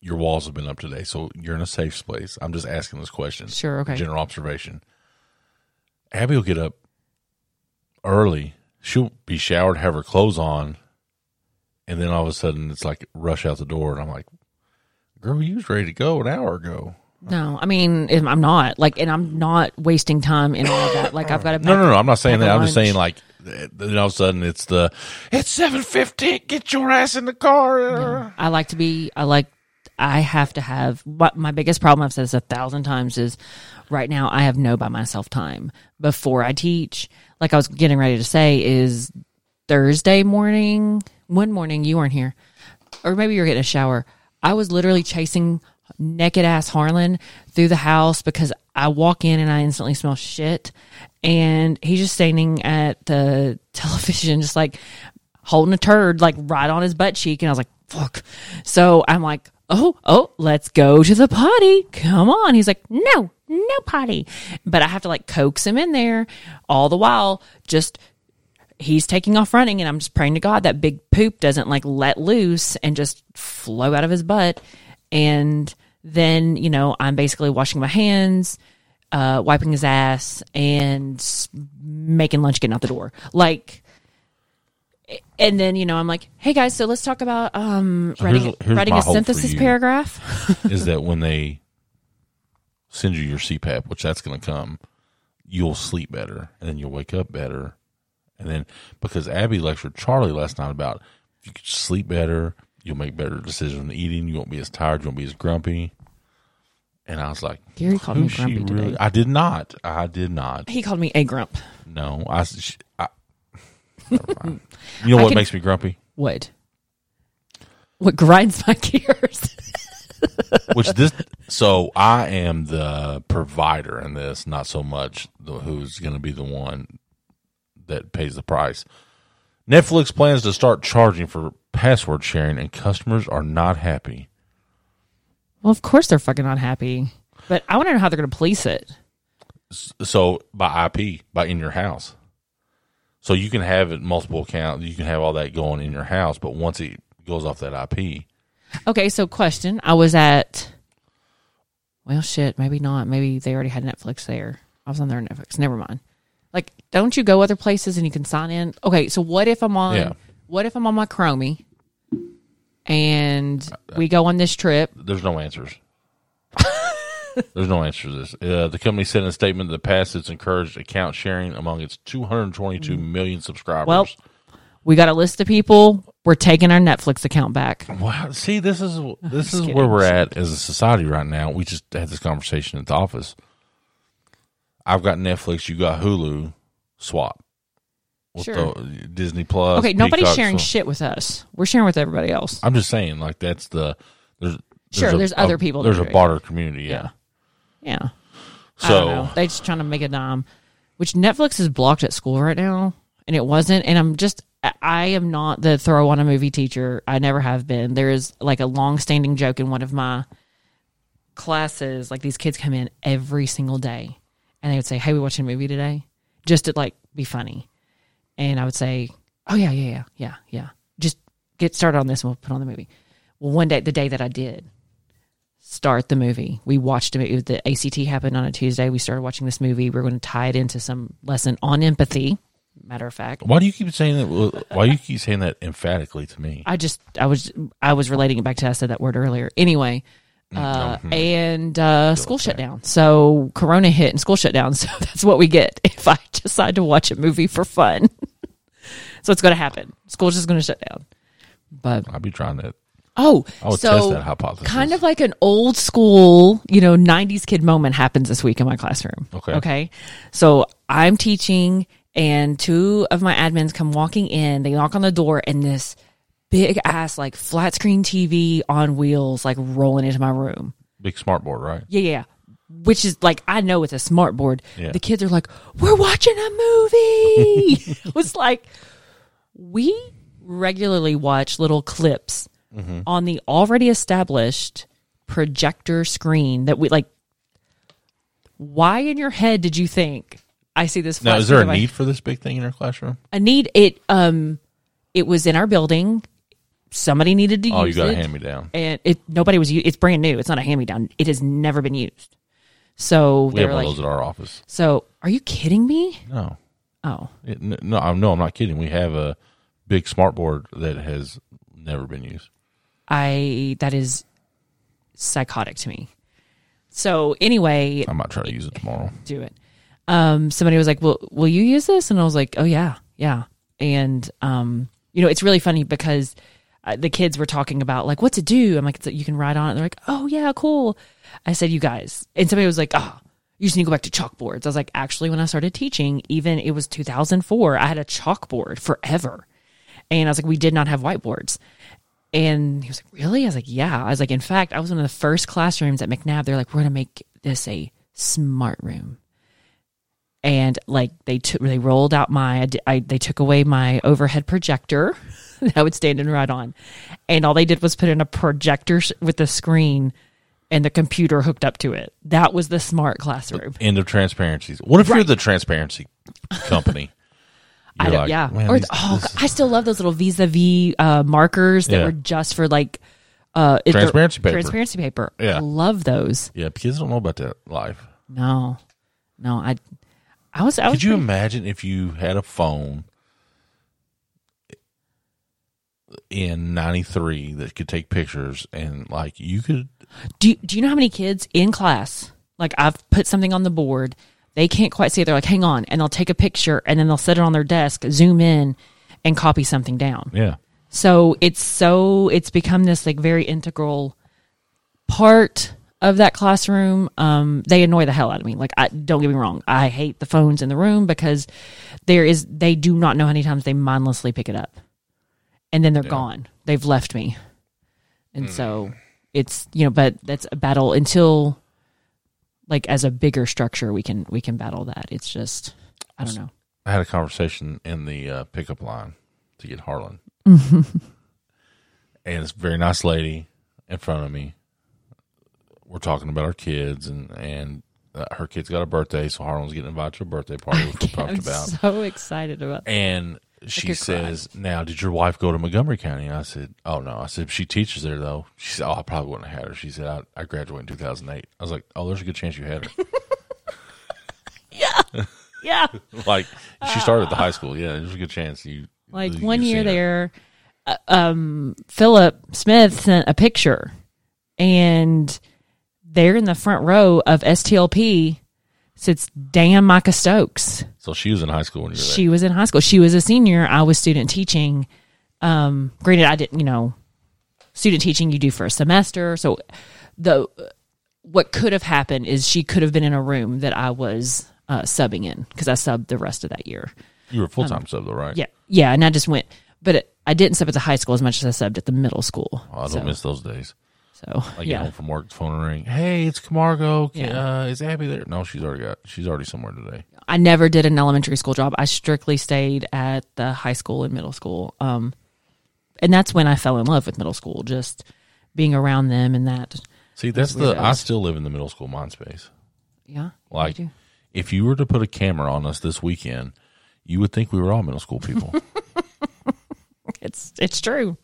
Speaker 3: Your walls have been up today, so you're in a safe place. I'm just asking this question.
Speaker 4: Sure, okay.
Speaker 3: General observation. Abby will get up early. She'll be showered, have her clothes on, and then all of a sudden it's like rush out the door, and I'm like, "Girl, you was ready to go an hour ago."
Speaker 4: no, I mean if I'm not like and I'm not wasting time in all of that. Like I've got to
Speaker 3: No, no, no. I'm not saying
Speaker 4: Pack
Speaker 3: that.
Speaker 4: a
Speaker 3: I'm just
Speaker 4: lunch.
Speaker 3: saying like, th- then all of a sudden it's the it's seven fifteen. Get your ass in the car.
Speaker 4: I like to be. I like. I have to have. What my biggest problem I've said this a thousand times is, right now I have no by myself time before I teach. Like I was getting ready to say is Thursday morning. One morning you weren't here, or maybe you're getting a shower. I was literally chasing naked ass Harlan through the house because I walk in and I instantly smell shit, and he's just standing at the television, just like holding a turd like right on his butt cheek and I was like, fuck. So I'm like, oh, oh, let's go to the potty. Come on. He's like, no, no potty. But I have to like coax him in there all the while, just he's taking off running and I'm just praying to God that big poop doesn't like let loose and just flow out of his butt. And then, you know, I'm basically washing my hands, uh, wiping his ass and s- making lunch, getting out the door. Like, and then, you know, I'm like, hey guys, so let's talk about um,
Speaker 3: So
Speaker 4: writing,
Speaker 3: here's- here's
Speaker 4: writing
Speaker 3: my
Speaker 4: a
Speaker 3: hope for
Speaker 4: synthesis
Speaker 3: you.
Speaker 4: paragraph.
Speaker 3: is that when they send you your CPAP, which that's going to come, you'll sleep better and then you'll wake up better. And then because Abby lectured Charlie last night about if you could sleep better, you'll make better decisions in eating. You won't be as tired. You won't be as grumpy. And I was like,
Speaker 4: Gary called me
Speaker 3: who's she
Speaker 4: grumpy today.
Speaker 3: I did not. I did not.
Speaker 4: He called me a grump.
Speaker 3: No, I. s- sh- I never mind. you know
Speaker 4: I
Speaker 3: what
Speaker 4: can-
Speaker 3: makes me grumpy?
Speaker 4: What? What grinds my gears?
Speaker 3: Which this, so I am the provider in this, not so much the, who's going to be the one that pays the price. Netflix plans to start charging for password sharing, and customers are not happy.
Speaker 4: well, of course they're fucking not happy. But I want to know how they're going to police it.
Speaker 3: So by IP, by in your house, so you can have it multiple accounts. You can have all that going in your house, but once it goes off that IP,
Speaker 4: Okay, so question. I was at Well shit, maybe not. Maybe they already had Netflix there. I was on their Netflix. Never mind. Like, don't you go other places and you can sign in? Okay, so what if I'm on
Speaker 3: Yeah.
Speaker 4: what if I'm on my Chromie and
Speaker 3: Uh,
Speaker 4: we go on this trip?
Speaker 3: there's no answers. there's no answers to this. Uh, the company said in a statement that the past it's encouraged account sharing among its 222 million subscribers.
Speaker 4: Well- We got a list of people. We're taking our Netflix account back.
Speaker 3: wow. See, this is this is
Speaker 4: kidding.
Speaker 3: where we're at as a society right now. We just had this conversation at the office. I've got Netflix. You got Hulu. Swap. With
Speaker 4: Sure.
Speaker 3: the Disney Plus.
Speaker 4: Okay, nobody's
Speaker 3: Peacock,
Speaker 4: sharing
Speaker 3: so-
Speaker 4: shit with us. We're sharing with everybody else.
Speaker 3: I'm just saying, like that's the there's,
Speaker 4: Sure, there's other people that
Speaker 3: There's
Speaker 4: are
Speaker 3: a
Speaker 4: doing
Speaker 3: broader community. Yeah.
Speaker 4: Yeah.
Speaker 3: So
Speaker 4: I don't know. They just trying to make a dime, which Netflix is blocked at school right now, and it wasn't. And I'm just, I- I am not the throw on a movie teacher. I never have been. There is like a long standing joke in one of my classes. Like these kids come in every single day, and they would say, "Hey, we watching a movie today," just to like be funny. And I would say, "Oh yeah, yeah, yeah, yeah, yeah." Just get started on this, and we'll put on the movie. Well, one day, the day that I did, start the movie. We watched a movie. The ACT happened on a Tuesday. We started watching this movie. We are going to tie it into some lesson on empathy. Matter of fact,
Speaker 3: Why do you keep saying that? Why do you keep saying that emphatically to me?
Speaker 4: I just I was I was relating it back to I said that word earlier. Anyway, uh, and uh, school shut down. So Corona hit and school shut down. So that's what we get if I decide to watch a movie for fun. so it's going to happen. School's just going to shut down. But
Speaker 3: I'll be trying that.
Speaker 4: Oh,
Speaker 3: I would
Speaker 4: so
Speaker 3: test that hypothesis.
Speaker 4: Kind of like an old school, you know, 90s kid moment happens this week in my classroom.
Speaker 3: Okay.
Speaker 4: Okay. So I'm teaching, and two of my admins come walking in. They knock on the door, and this big ass, like flat screen TV on wheels, like rolling into my room.
Speaker 3: Big smart board, right?
Speaker 4: Yeah, yeah. Which is like I know it's a smart board.
Speaker 3: Yeah.
Speaker 4: The kids are like, "We're watching a movie." it was like we regularly watch little clips
Speaker 3: Mm-hmm.
Speaker 4: on the already established projector screen that we like. Why in your head did you think I see this?
Speaker 3: Now,
Speaker 4: flat
Speaker 3: is there a
Speaker 4: screen device?"
Speaker 3: need for this big thing in our classroom?
Speaker 4: A need it. Um, it was in our building. Somebody needed to
Speaker 3: Oh, you
Speaker 4: use
Speaker 3: got a
Speaker 4: it
Speaker 3: hand me down.
Speaker 4: and it nobody was u- it's brand new it's not a hand me down it has never been used so
Speaker 3: We
Speaker 4: they
Speaker 3: have
Speaker 4: were
Speaker 3: one
Speaker 4: like
Speaker 3: of those at our office.
Speaker 4: so are you kidding me
Speaker 3: No,
Speaker 4: oh
Speaker 3: It- n- no, I'm no, I'm not kidding. We have a big smart board that has never been used.
Speaker 4: i that is psychotic to me so anyway
Speaker 3: I might try to use it tomorrow.
Speaker 4: do it um somebody was like well will you use this and i was like oh yeah yeah and um you know it's really funny because uh, the kids were talking about like what's it do i'm like it's, you can ride on it they're like oh yeah cool i said you guys and somebody was like oh you just need to go back to chalkboards i was like actually when i started teaching even it was 2004 i had a chalkboard forever and i was like we did not have whiteboards and he was like really i was like yeah i was like in fact i was one of the first classrooms at mcnabb they're like we're gonna make this a smart room and like they took they rolled out my I, di- I they took away my overhead projector that I would stand and right on and all they did was put in a projector sh- with the screen and the computer hooked up to it that was the smart classroom
Speaker 3: End of transparencies. What if you're the transparency company?
Speaker 4: I
Speaker 3: You're
Speaker 4: don't,
Speaker 3: like,
Speaker 4: yeah
Speaker 3: "Man,
Speaker 4: or
Speaker 3: these-
Speaker 4: oh
Speaker 3: this-
Speaker 4: God, I still love those little vis-a-vis uh, markers that
Speaker 3: Yeah.
Speaker 4: were just for like uh it-
Speaker 3: Transparency paper.
Speaker 4: transparency paper
Speaker 3: Yeah.
Speaker 4: I love those
Speaker 3: yeah, kids don't know about that life.
Speaker 4: no no I I was I was
Speaker 3: Could you
Speaker 4: pretty-
Speaker 3: imagine if you had a phone in 93 that could take pictures and like you could
Speaker 4: Do you, do you know how many kids in class? Like I've put something on the board, they can't quite see it. They're like, "Hang on," and they'll take a picture and then they'll set it on their desk, zoom in, and copy something down.
Speaker 3: yeah
Speaker 4: So it's so it's become this like very integral part of that classroom. Um, they annoy the hell out of me. Like, I don't get me wrong, I hate the phones in the room because there is they do not know how many times they mindlessly pick it up, and then they're gone. They've left me, and so it's you know, but that's a battle until like as a bigger structure we can we can battle that. It's just I don't know.
Speaker 3: I had a conversation in the uh, pickup line to get Harlan. and this very nice lady in front of me. We're talking about our kids, and and uh, her kids got a birthday, so Harlan's getting invited to a birthday party, which we talked
Speaker 4: I'm
Speaker 3: about.
Speaker 4: so excited about.
Speaker 3: And
Speaker 4: could cry.
Speaker 3: she says, "Now, did your wife go to Montgomery County?" And I said, "Oh no." I said, "She teaches there, though." She said, "Oh, I probably wouldn't have had her." She said, "I, I graduated in 2008." I was like, "Oh, there's a good chance you had her."
Speaker 4: Yeah.
Speaker 3: like she started at the high school. Yeah, there's a good chance you
Speaker 4: Ah. like
Speaker 3: you-
Speaker 4: one
Speaker 3: you've
Speaker 4: year
Speaker 3: seen her.
Speaker 4: there uh, um philip smith sent a picture and they're in the front row of stlp sits dan micah stokes
Speaker 3: So she was in high school when you were there.
Speaker 4: she was in high school she was a senior i was student teaching um granted i didn't you know student teaching you do for a semester so the what could have happened is she could have been in a room that i was uh, subbing in because i subbed the rest of that year
Speaker 3: You were a full time sub though, right?
Speaker 4: um, yeah, yeah, and I just went, but it, I didn't sub at the high school as much as I subbed at the middle school.
Speaker 3: Oh, I don't
Speaker 4: so,
Speaker 3: miss those days.
Speaker 4: so
Speaker 3: I get
Speaker 4: yeah,
Speaker 3: home from work, phone ring. Hey, it's Camargo. Can-
Speaker 4: Yeah.
Speaker 3: Uh, is Abby there? No, she's already got. She's already somewhere today.
Speaker 4: I never did an elementary school job. I strictly stayed at the high school and middle school. Um, and that's when I fell in love with middle school, just being around them and that.
Speaker 3: See, that's the.
Speaker 4: Those
Speaker 3: I
Speaker 4: weirdos.
Speaker 3: still live in the middle school mind space.
Speaker 4: Yeah,
Speaker 3: Like,
Speaker 4: do.
Speaker 3: if you were to put a camera on us this weekend, you would think we were all middle school people.
Speaker 4: it's it's true.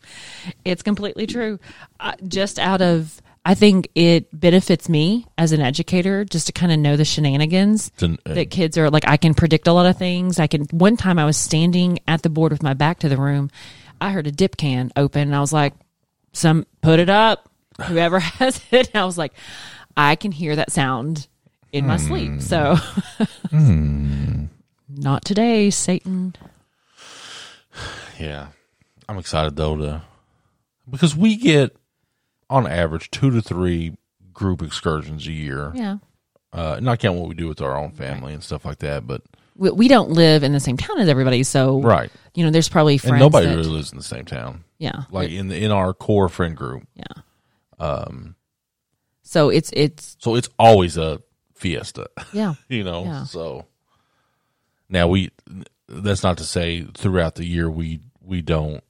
Speaker 4: It's completely true. I, just out of, I think it benefits me as an educator just to kind of know the shenanigans
Speaker 3: It's an-
Speaker 4: that kids are like i can predict a lot of things i can one time i was standing at the board with my back to the room i heard a dip can open and i was like some put it up whoever has it and i was like i can hear that sound in my
Speaker 3: Hmm.
Speaker 4: sleep so not today satan
Speaker 3: yeah, I'm excited though to because we get on average two to three group excursions a year.
Speaker 4: Yeah.
Speaker 3: Uh, not counting what we do with our own family and stuff like that, but
Speaker 4: We, we don't live in the same town as everybody, so
Speaker 3: right.
Speaker 4: You know, there's probably friends.
Speaker 3: And nobody
Speaker 4: that-
Speaker 3: really lives in the same town.
Speaker 4: yeah,
Speaker 3: Like in the, in our core friend group.
Speaker 4: yeah.
Speaker 3: Um,
Speaker 4: So it's it's
Speaker 3: so it's always a fiesta.
Speaker 4: yeah,
Speaker 3: you know
Speaker 4: Yeah.
Speaker 3: so now we that's not to say throughout the year we we don't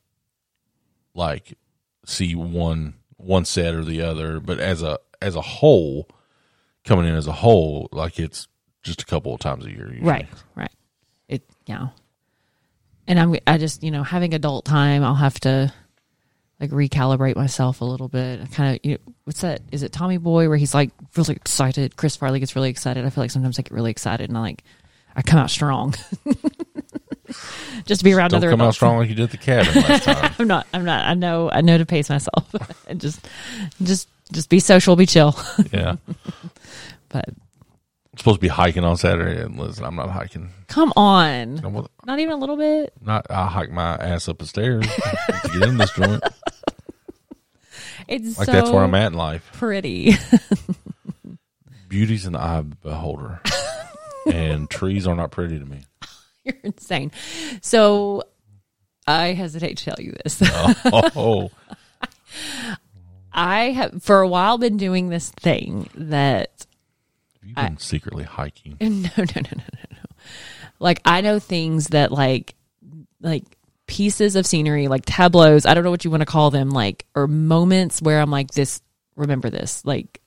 Speaker 3: like see one one set or the other but as a as a whole coming in as a whole like it's just a couple of times a year usually.
Speaker 4: right, right. It yeah. And I'm I just you know having adult time, I'll have to like recalibrate myself a little bit. I kind of you know, what's that? Is it Tommy Boy where he's like really excited? Chris Farley gets really excited. I feel like sometimes I get really excited and I like I come out strong. just to be around
Speaker 3: don't
Speaker 4: other
Speaker 3: come out
Speaker 4: adults.
Speaker 3: strong like you did at the cabin last time
Speaker 4: I'm not. I'm not. I know. I know to pace myself and just, just, just be social, be chill.
Speaker 3: yeah
Speaker 4: But
Speaker 3: I'm supposed to be hiking on saturday and listen i'm not hiking
Speaker 4: come on,
Speaker 3: I'm
Speaker 4: not even a little bit.
Speaker 3: not i hike my ass up the stairs to get in this joint
Speaker 4: It's
Speaker 3: like
Speaker 4: so
Speaker 3: that's where i'm at in life
Speaker 4: Pretty.
Speaker 3: beauty's in the eye of the beholder, and trees are not pretty to me.
Speaker 4: You're insane. So I hesitate to tell you this.
Speaker 3: Oh,
Speaker 4: I have for a while been doing this thing that
Speaker 3: you've been secretly hiking.
Speaker 4: no, no, no, no, no, no. Like I know things that like, like pieces of scenery, like tableaus. I don't know what you want to call them, like or moments where I'm like, this. Remember this. Like,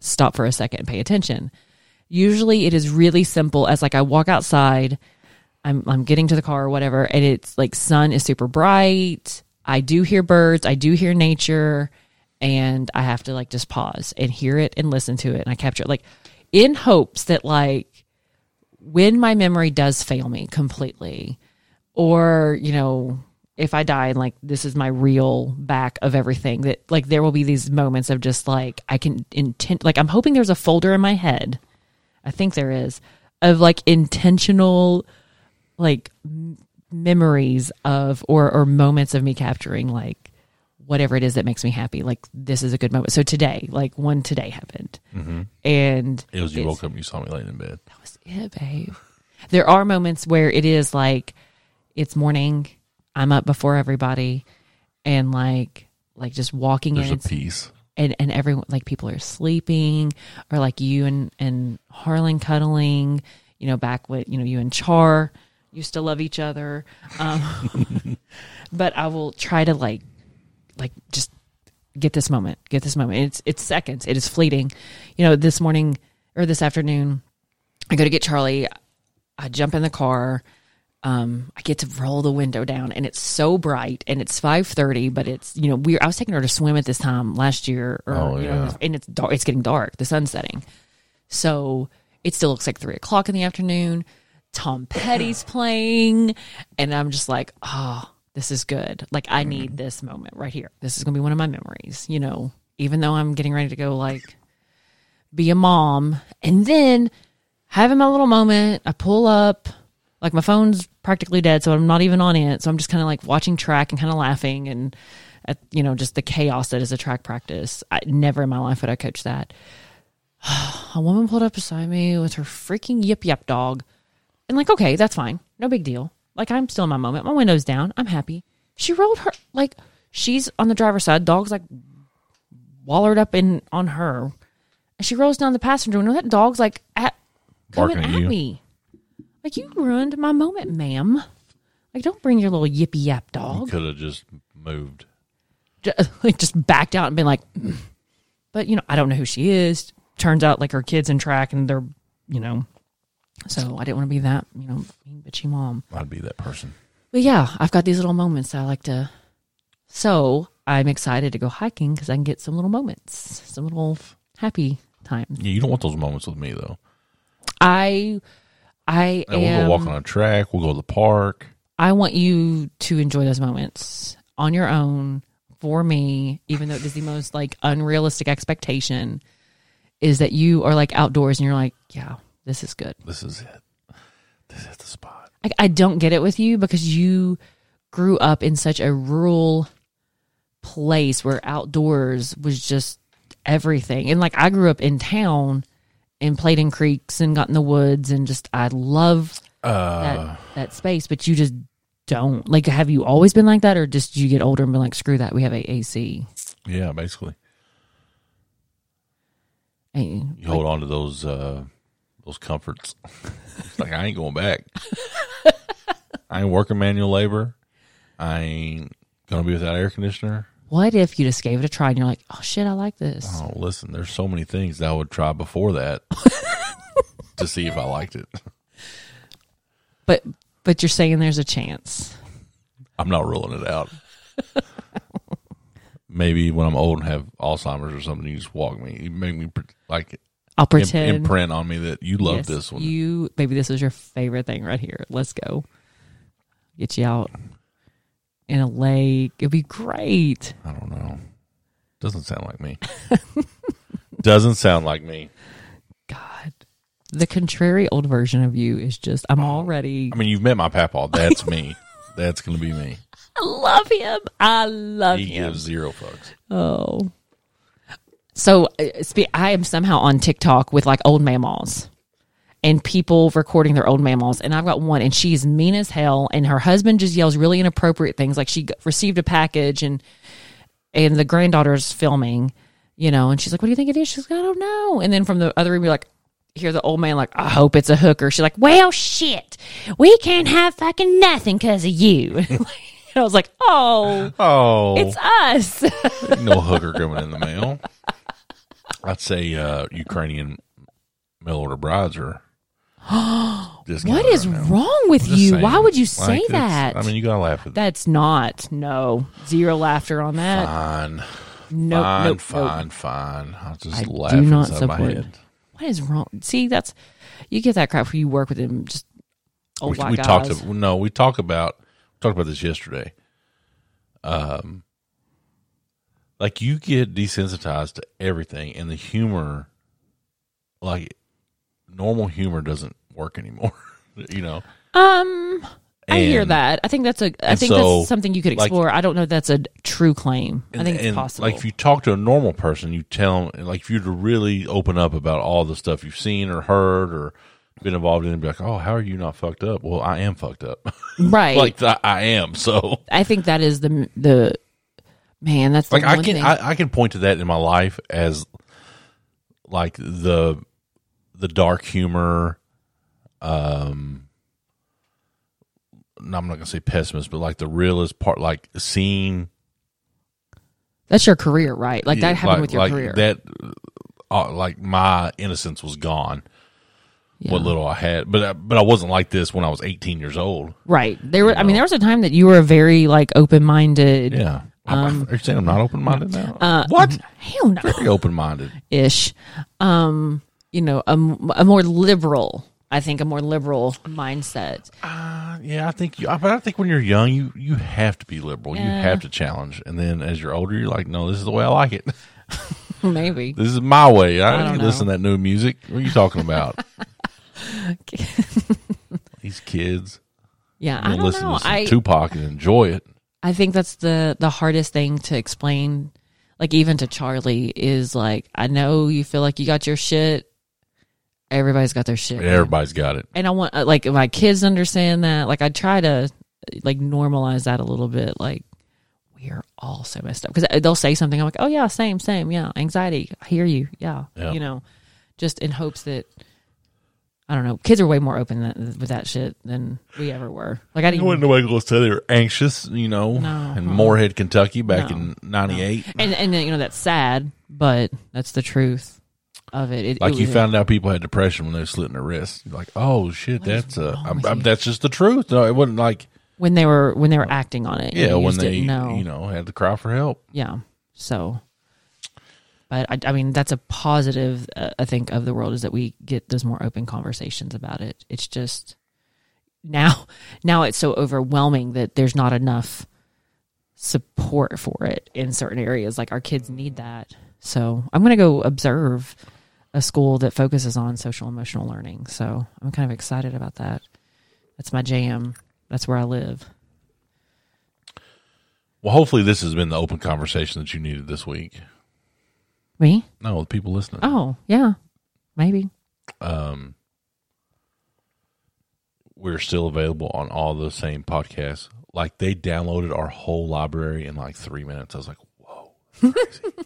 Speaker 4: stop for a second and pay attention. Usually, it is really simple. As like I walk outside, I'm I'm getting to the car or whatever, and it's like sun is super bright. I do hear birds. I do hear nature, and I have to like just pause and hear it and listen to it, and I capture it like in hopes that like when my memory does fail me completely, or you know if I die and like this is my real back of everything that like there will be these moments of just like I can intent like I'm hoping there's a folder in my head. I think there is of like intentional like m- memories of or or moments of me capturing like whatever it is that makes me happy like this is a good moment so today like one today happened
Speaker 3: Mm-hmm.
Speaker 4: and
Speaker 3: It was you
Speaker 4: it's-
Speaker 3: woke up and you saw me laying in bed.
Speaker 4: was it, babe. There are moments where it is like it's morning, I'm up before everybody, and like like just walking
Speaker 3: There's
Speaker 4: in
Speaker 3: a
Speaker 4: and,
Speaker 3: piece.
Speaker 4: and and everyone like people are sleeping or like you and and Harlan cuddling, you know, back when you know you and Char used to love each other. Um, but I will try to like like just get this moment, get this moment. It's it's seconds. It is fleeting. You know, this morning or this afternoon, I go to get Charlie. I jump in the car. Um, I get to roll the window down, and it's so bright, and it's five thirty, but it's you know we. I was taking her to swim at this time last year, or,
Speaker 3: Oh,
Speaker 4: you know,
Speaker 3: yeah.
Speaker 4: and it's dark. It's getting dark. The sun's setting, so it still looks like three o'clock in the afternoon. Tom Petty's playing, and I'm just like, oh, this is good. Like I
Speaker 3: Mm.
Speaker 4: need this moment right here. This is gonna be one of my memories, you know. Even though I'm getting ready to go, like be a mom and then having my little moment i pull up like my phone's practically dead so i'm not even on it so i'm just kind of like watching track and kind of laughing and at you know just the chaos that is a track practice I, never in my life would i coach that a woman pulled up beside me with her freaking yip yip dog and like okay that's fine no big deal like i'm still in my moment my window's down i'm happy she rolled her like she's on the driver's side dog's like wallered up in on her and she rolls down the passenger window. That dog's like at, coming
Speaker 3: Barking
Speaker 4: at,
Speaker 3: at you.
Speaker 4: me. Like you ruined my moment, ma'am. Like don't bring your little yippy yap
Speaker 3: You
Speaker 4: dog.
Speaker 3: could have just moved.
Speaker 4: Ju- Like just backed out and been like, "Mm." but you know I don't know who she is. Turns out like her kids in track and they're you know, so I didn't want to be that you know mean bitchy mom.
Speaker 3: I'd be that person.
Speaker 4: But yeah, I've got these little moments that I like to. So I'm excited to go hiking because I can get some little moments, some little happy times.
Speaker 3: Yeah, you don't want those moments with me though.
Speaker 4: I, I
Speaker 3: And
Speaker 4: am.
Speaker 3: we'll go walk on a track. We'll go to the park.
Speaker 4: I want you to enjoy those moments on your own for me, even though it is the most like unrealistic expectation is that you are like outdoors and you're like, yeah, this is good.
Speaker 3: This is it. This is the spot.
Speaker 4: I, I don't get it with you because you grew up in such a rural place where outdoors was just everything. And like I grew up in town and played in creeks and got in the woods and just I love
Speaker 3: Uh,
Speaker 4: that, that space, but you just don't like have you always been like that or just did you get older and been like screw that we have AAC
Speaker 3: Yeah, basically.
Speaker 4: and
Speaker 3: You hold on to those uh those comforts. It's like I ain't going back. I ain't working manual labor. I ain't gonna be without air conditioner.
Speaker 4: what if you just gave it a try and you're like oh shit I like this
Speaker 3: Oh, listen, there's so many things that I would try before that to see if I liked it.
Speaker 4: but but you're saying there's a chance
Speaker 3: I'm not ruling it out. Maybe when I'm old and have Alzheimer's or something, you just walk me, you make me pre- like
Speaker 4: I'll
Speaker 3: im-
Speaker 4: pretend
Speaker 3: imprint on me that you love
Speaker 4: Yes,
Speaker 3: this one.
Speaker 4: You baby, this is your favorite thing right here. Let's go. Get you out in a lake. It'd be great.
Speaker 3: I don't know. Doesn't sound like me. Doesn't sound like me.
Speaker 4: God. The contrary old version of you is just I'm already
Speaker 3: I mean, you've met my papaw. That's me. That's gonna be me.
Speaker 4: I love him. I love
Speaker 3: He
Speaker 4: him.
Speaker 3: gives zero fucks.
Speaker 4: Oh. So uh, spe- I am somehow on TikTok with like old mammals and people recording their old mammals. And I've got one and she's mean as hell. And her husband just yells really inappropriate things. Like she g- received a package and, and the granddaughter's filming, you know, and she's like, what do you think it is? She's like, I don't know. And then from the other room, you're like, hear the old man like, I hope it's a hooker. She's like, well, shit, we can't have fucking nothing because of you. and I was like, oh,
Speaker 3: Oh,
Speaker 4: it's us.
Speaker 3: no hooker coming in the mail. I'd say uh, Ukrainian mail order brides are.
Speaker 4: What
Speaker 3: discounted
Speaker 4: is
Speaker 3: right now.
Speaker 4: wrong with
Speaker 3: I'm just
Speaker 4: you?
Speaker 3: saying.
Speaker 4: Why would you
Speaker 3: Like,
Speaker 4: say
Speaker 3: it's-
Speaker 4: that?
Speaker 3: I mean, you gotta laugh at that.
Speaker 4: That's not no zero laughter on that.
Speaker 3: Fine,
Speaker 4: no,
Speaker 3: fine,
Speaker 4: no,
Speaker 3: fine, fine. I'll just
Speaker 4: I
Speaker 3: laugh
Speaker 4: do not
Speaker 3: inside my
Speaker 4: support
Speaker 3: head.
Speaker 4: What is wrong? See, that's you get that crap where you work with them. Just oh old
Speaker 3: we,
Speaker 4: white
Speaker 3: we
Speaker 4: guys.
Speaker 3: talked to, no we talked about we talked about this yesterday um like you get desensitized to everything and the humor like normal humor doesn't work anymore you know
Speaker 4: um, I hear
Speaker 3: And-
Speaker 4: that. I think that's a. I
Speaker 3: and
Speaker 4: think
Speaker 3: so,
Speaker 4: that's something you could
Speaker 3: like-
Speaker 4: explore. I don't know. if That's a true claim. I
Speaker 3: And-
Speaker 4: think it's
Speaker 3: and,
Speaker 4: possible.
Speaker 3: Like if you talk to a normal person, you tell 'em- like if you were to really open up about all the stuff you've seen or heard or been involved in, and be like, "Oh, how are you not fucked up?" Well, I am fucked up.
Speaker 4: right.
Speaker 3: like th- I am. So
Speaker 4: I think that is the the man. That's the
Speaker 3: like I
Speaker 4: one
Speaker 3: can
Speaker 4: thing.
Speaker 3: I, I can point to that in my life as like the the dark humor um no, I'm not gonna say pessimist, but like the realist part, like seeing
Speaker 4: that's your career, right? Like that happened
Speaker 3: like,
Speaker 4: with your
Speaker 3: like
Speaker 4: career.
Speaker 3: That uh, like my innocence was gone.
Speaker 4: Yeah.
Speaker 3: What little I had, but I, but I wasn't like this when I was 18 years old.
Speaker 4: Right. There were. I mean, there was a time that you were very like open minded.
Speaker 3: Yeah, I'm, are you saying I'm not open minded now?
Speaker 4: Um, Uh,
Speaker 3: what?
Speaker 4: Hell no.
Speaker 3: Very open minded.
Speaker 4: Ish. Um. You know, a, m- a more liberal. I think a more liberal mindset.
Speaker 3: Yeah, I think you. I- But I think when you're young, you you have to be liberal. You have to challenge, and then as you're older, you're like, no, this is the way I like it.
Speaker 4: Maybe.
Speaker 3: This is my way. I,
Speaker 4: don't
Speaker 3: can't
Speaker 4: know.
Speaker 3: listen to that new music. What are you talking about? These kids.
Speaker 4: Yeah.
Speaker 3: They
Speaker 4: I don't
Speaker 3: listen
Speaker 4: know.
Speaker 3: to some
Speaker 4: I
Speaker 3: Tupac and enjoy it.
Speaker 4: I think that's the the hardest thing to explain. Like even to Charlie is like I know you feel like you got your shit. Everybody's got their shit.
Speaker 3: Everybody's got it.
Speaker 4: and I want uh, like my kids to understand that. Like I try to uh, like normalize that a little bit. Like we are all so messed up because they'll say something. I'm like, oh yeah, same, same, yeah. Anxiety, I hear you, yeah.
Speaker 3: Yeah.
Speaker 4: You know, just in hopes that I don't know. Kids are way more open that, with that shit than we ever were. Like I
Speaker 3: I
Speaker 4: didn't.
Speaker 3: went to Waco said they were anxious, you know,
Speaker 4: No. Uh-huh.
Speaker 3: in Moorhead, Kentucky, back
Speaker 4: No.
Speaker 3: in '98.
Speaker 4: and and you know that's sad, but that's the truth of it. it
Speaker 3: Like
Speaker 4: it
Speaker 3: you
Speaker 4: was-
Speaker 3: found out people had depression when they were slitting their wrists. You're like, oh shit,
Speaker 4: is
Speaker 3: that's a
Speaker 4: wrong
Speaker 3: I'm-
Speaker 4: with
Speaker 3: I'm-
Speaker 4: you?
Speaker 3: that's just the truth. No, it wasn't like
Speaker 4: when they were when they were acting on it. you
Speaker 3: yeah,
Speaker 4: know, you
Speaker 3: when
Speaker 4: just
Speaker 3: they
Speaker 4: didn't know.
Speaker 3: you know had to cry for help.
Speaker 4: yeah so but I, I mean that's a positive uh, i think of the world is that we get those more open conversations about it it's just now now it's so overwhelming that there's not enough support for it in certain areas like our kids need that so i'm going to go observe a school that focuses on social emotional learning so i'm kind of excited about that that's my jam that's where i live
Speaker 3: Well, hopefully this has been the open conversation that you needed this week.
Speaker 4: Me?
Speaker 3: No, the people listening.
Speaker 4: Oh, yeah. Maybe.
Speaker 3: Um, we're still available on all the same podcasts. Like they downloaded our whole library in like three minutes. I was like, whoa, that's crazy.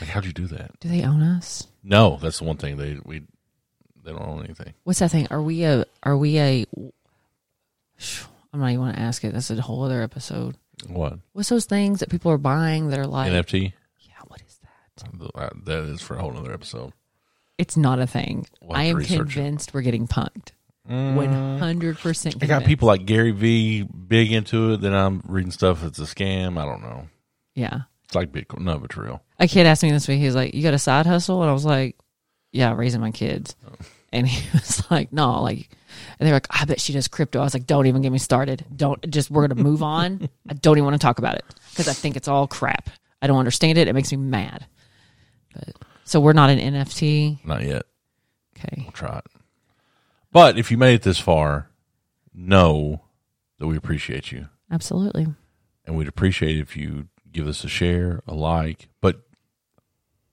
Speaker 3: like how'd you do that?
Speaker 4: Do they own us?
Speaker 3: No, that's the one thing they we they don't own anything.
Speaker 4: What's that thing? Are we a are we a Shh, I'm not even want to ask it. That's a whole other episode.
Speaker 3: What
Speaker 4: What's those things that people are buying that are like
Speaker 3: NFT?
Speaker 4: Yeah, what is that?
Speaker 3: Uh, That is for a whole other episode.
Speaker 4: It's not a thing.
Speaker 3: We'll have
Speaker 4: I
Speaker 3: to
Speaker 4: am
Speaker 3: research it.
Speaker 4: convinced we're getting punked. One hundred percent.
Speaker 3: I Mm. got people like Gary V big into it. Then I'm reading stuff that's a scam. I don't know.
Speaker 4: Yeah.
Speaker 3: It's like Bitcoin. No, but it's real.
Speaker 4: A kid asked me this week, he was like, You got a side hustle? And I was like, Yeah, raising my kids.
Speaker 3: Oh.
Speaker 4: And he was like, No, like and they were like, I bet she does crypto. I was like, Don't even get me started. Don't just we're gonna move on. I don't even want to talk about it. Because I think it's all crap. I don't understand it. It makes me mad. But so we're not an NFT.
Speaker 3: Not yet.
Speaker 4: Okay.
Speaker 3: We'll try it. But if you made it this far, know that we appreciate you.
Speaker 4: Absolutely.
Speaker 3: And we'd appreciate if you give us a share, a like. But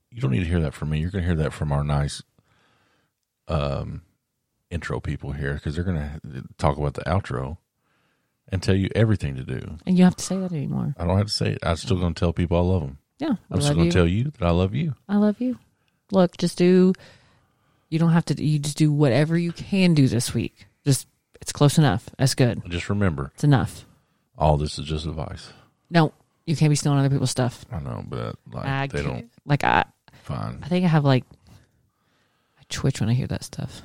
Speaker 3: you don't need to hear that from me. You're going to hear that from our nice um, intro people here because they're going to talk about the outro and tell you everything to do.
Speaker 4: And you don't have to say that anymore.
Speaker 3: I don't have to say it. I'm still going to tell people I love them.
Speaker 4: Yeah. I
Speaker 3: I'm still
Speaker 4: love
Speaker 3: going
Speaker 4: you.
Speaker 3: to tell you that I love you.
Speaker 4: I love you. Look, just do you don't have to you just do whatever you can do this week. Just it's close enough. That's good.
Speaker 3: Just remember,
Speaker 4: It's enough.
Speaker 3: all this is just advice.
Speaker 4: No, you can't be stealing other people's stuff.
Speaker 3: I know, but uh, like
Speaker 4: I
Speaker 3: they
Speaker 4: can't-
Speaker 3: don't
Speaker 4: like I.
Speaker 3: find.
Speaker 4: I think I have like I twitch when I hear that stuff.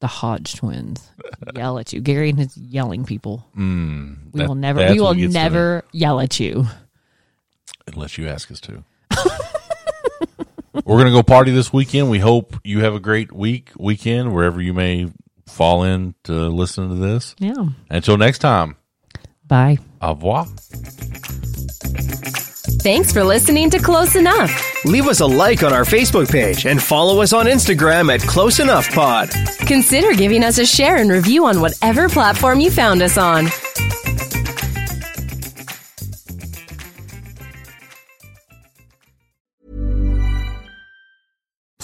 Speaker 4: The Hodge twins yell at you. Gary and his yelling people.
Speaker 3: Mm,
Speaker 4: We
Speaker 3: that-
Speaker 4: will never.
Speaker 3: that's
Speaker 4: We will
Speaker 3: what gets to me,
Speaker 4: never yell at you.
Speaker 3: unless you ask us to. We're gonna go party this weekend. We hope you have a great week weekend wherever you may fall in to listen to this.
Speaker 4: Yeah.
Speaker 3: Until next time,
Speaker 4: Bye.
Speaker 3: au revoir.
Speaker 1: Thanks for listening to Close Enough.
Speaker 2: Leave us a like on our Facebook page and follow us on Instagram at Close Enough Pod.
Speaker 1: Consider giving us a share and review on whatever platform you found us on.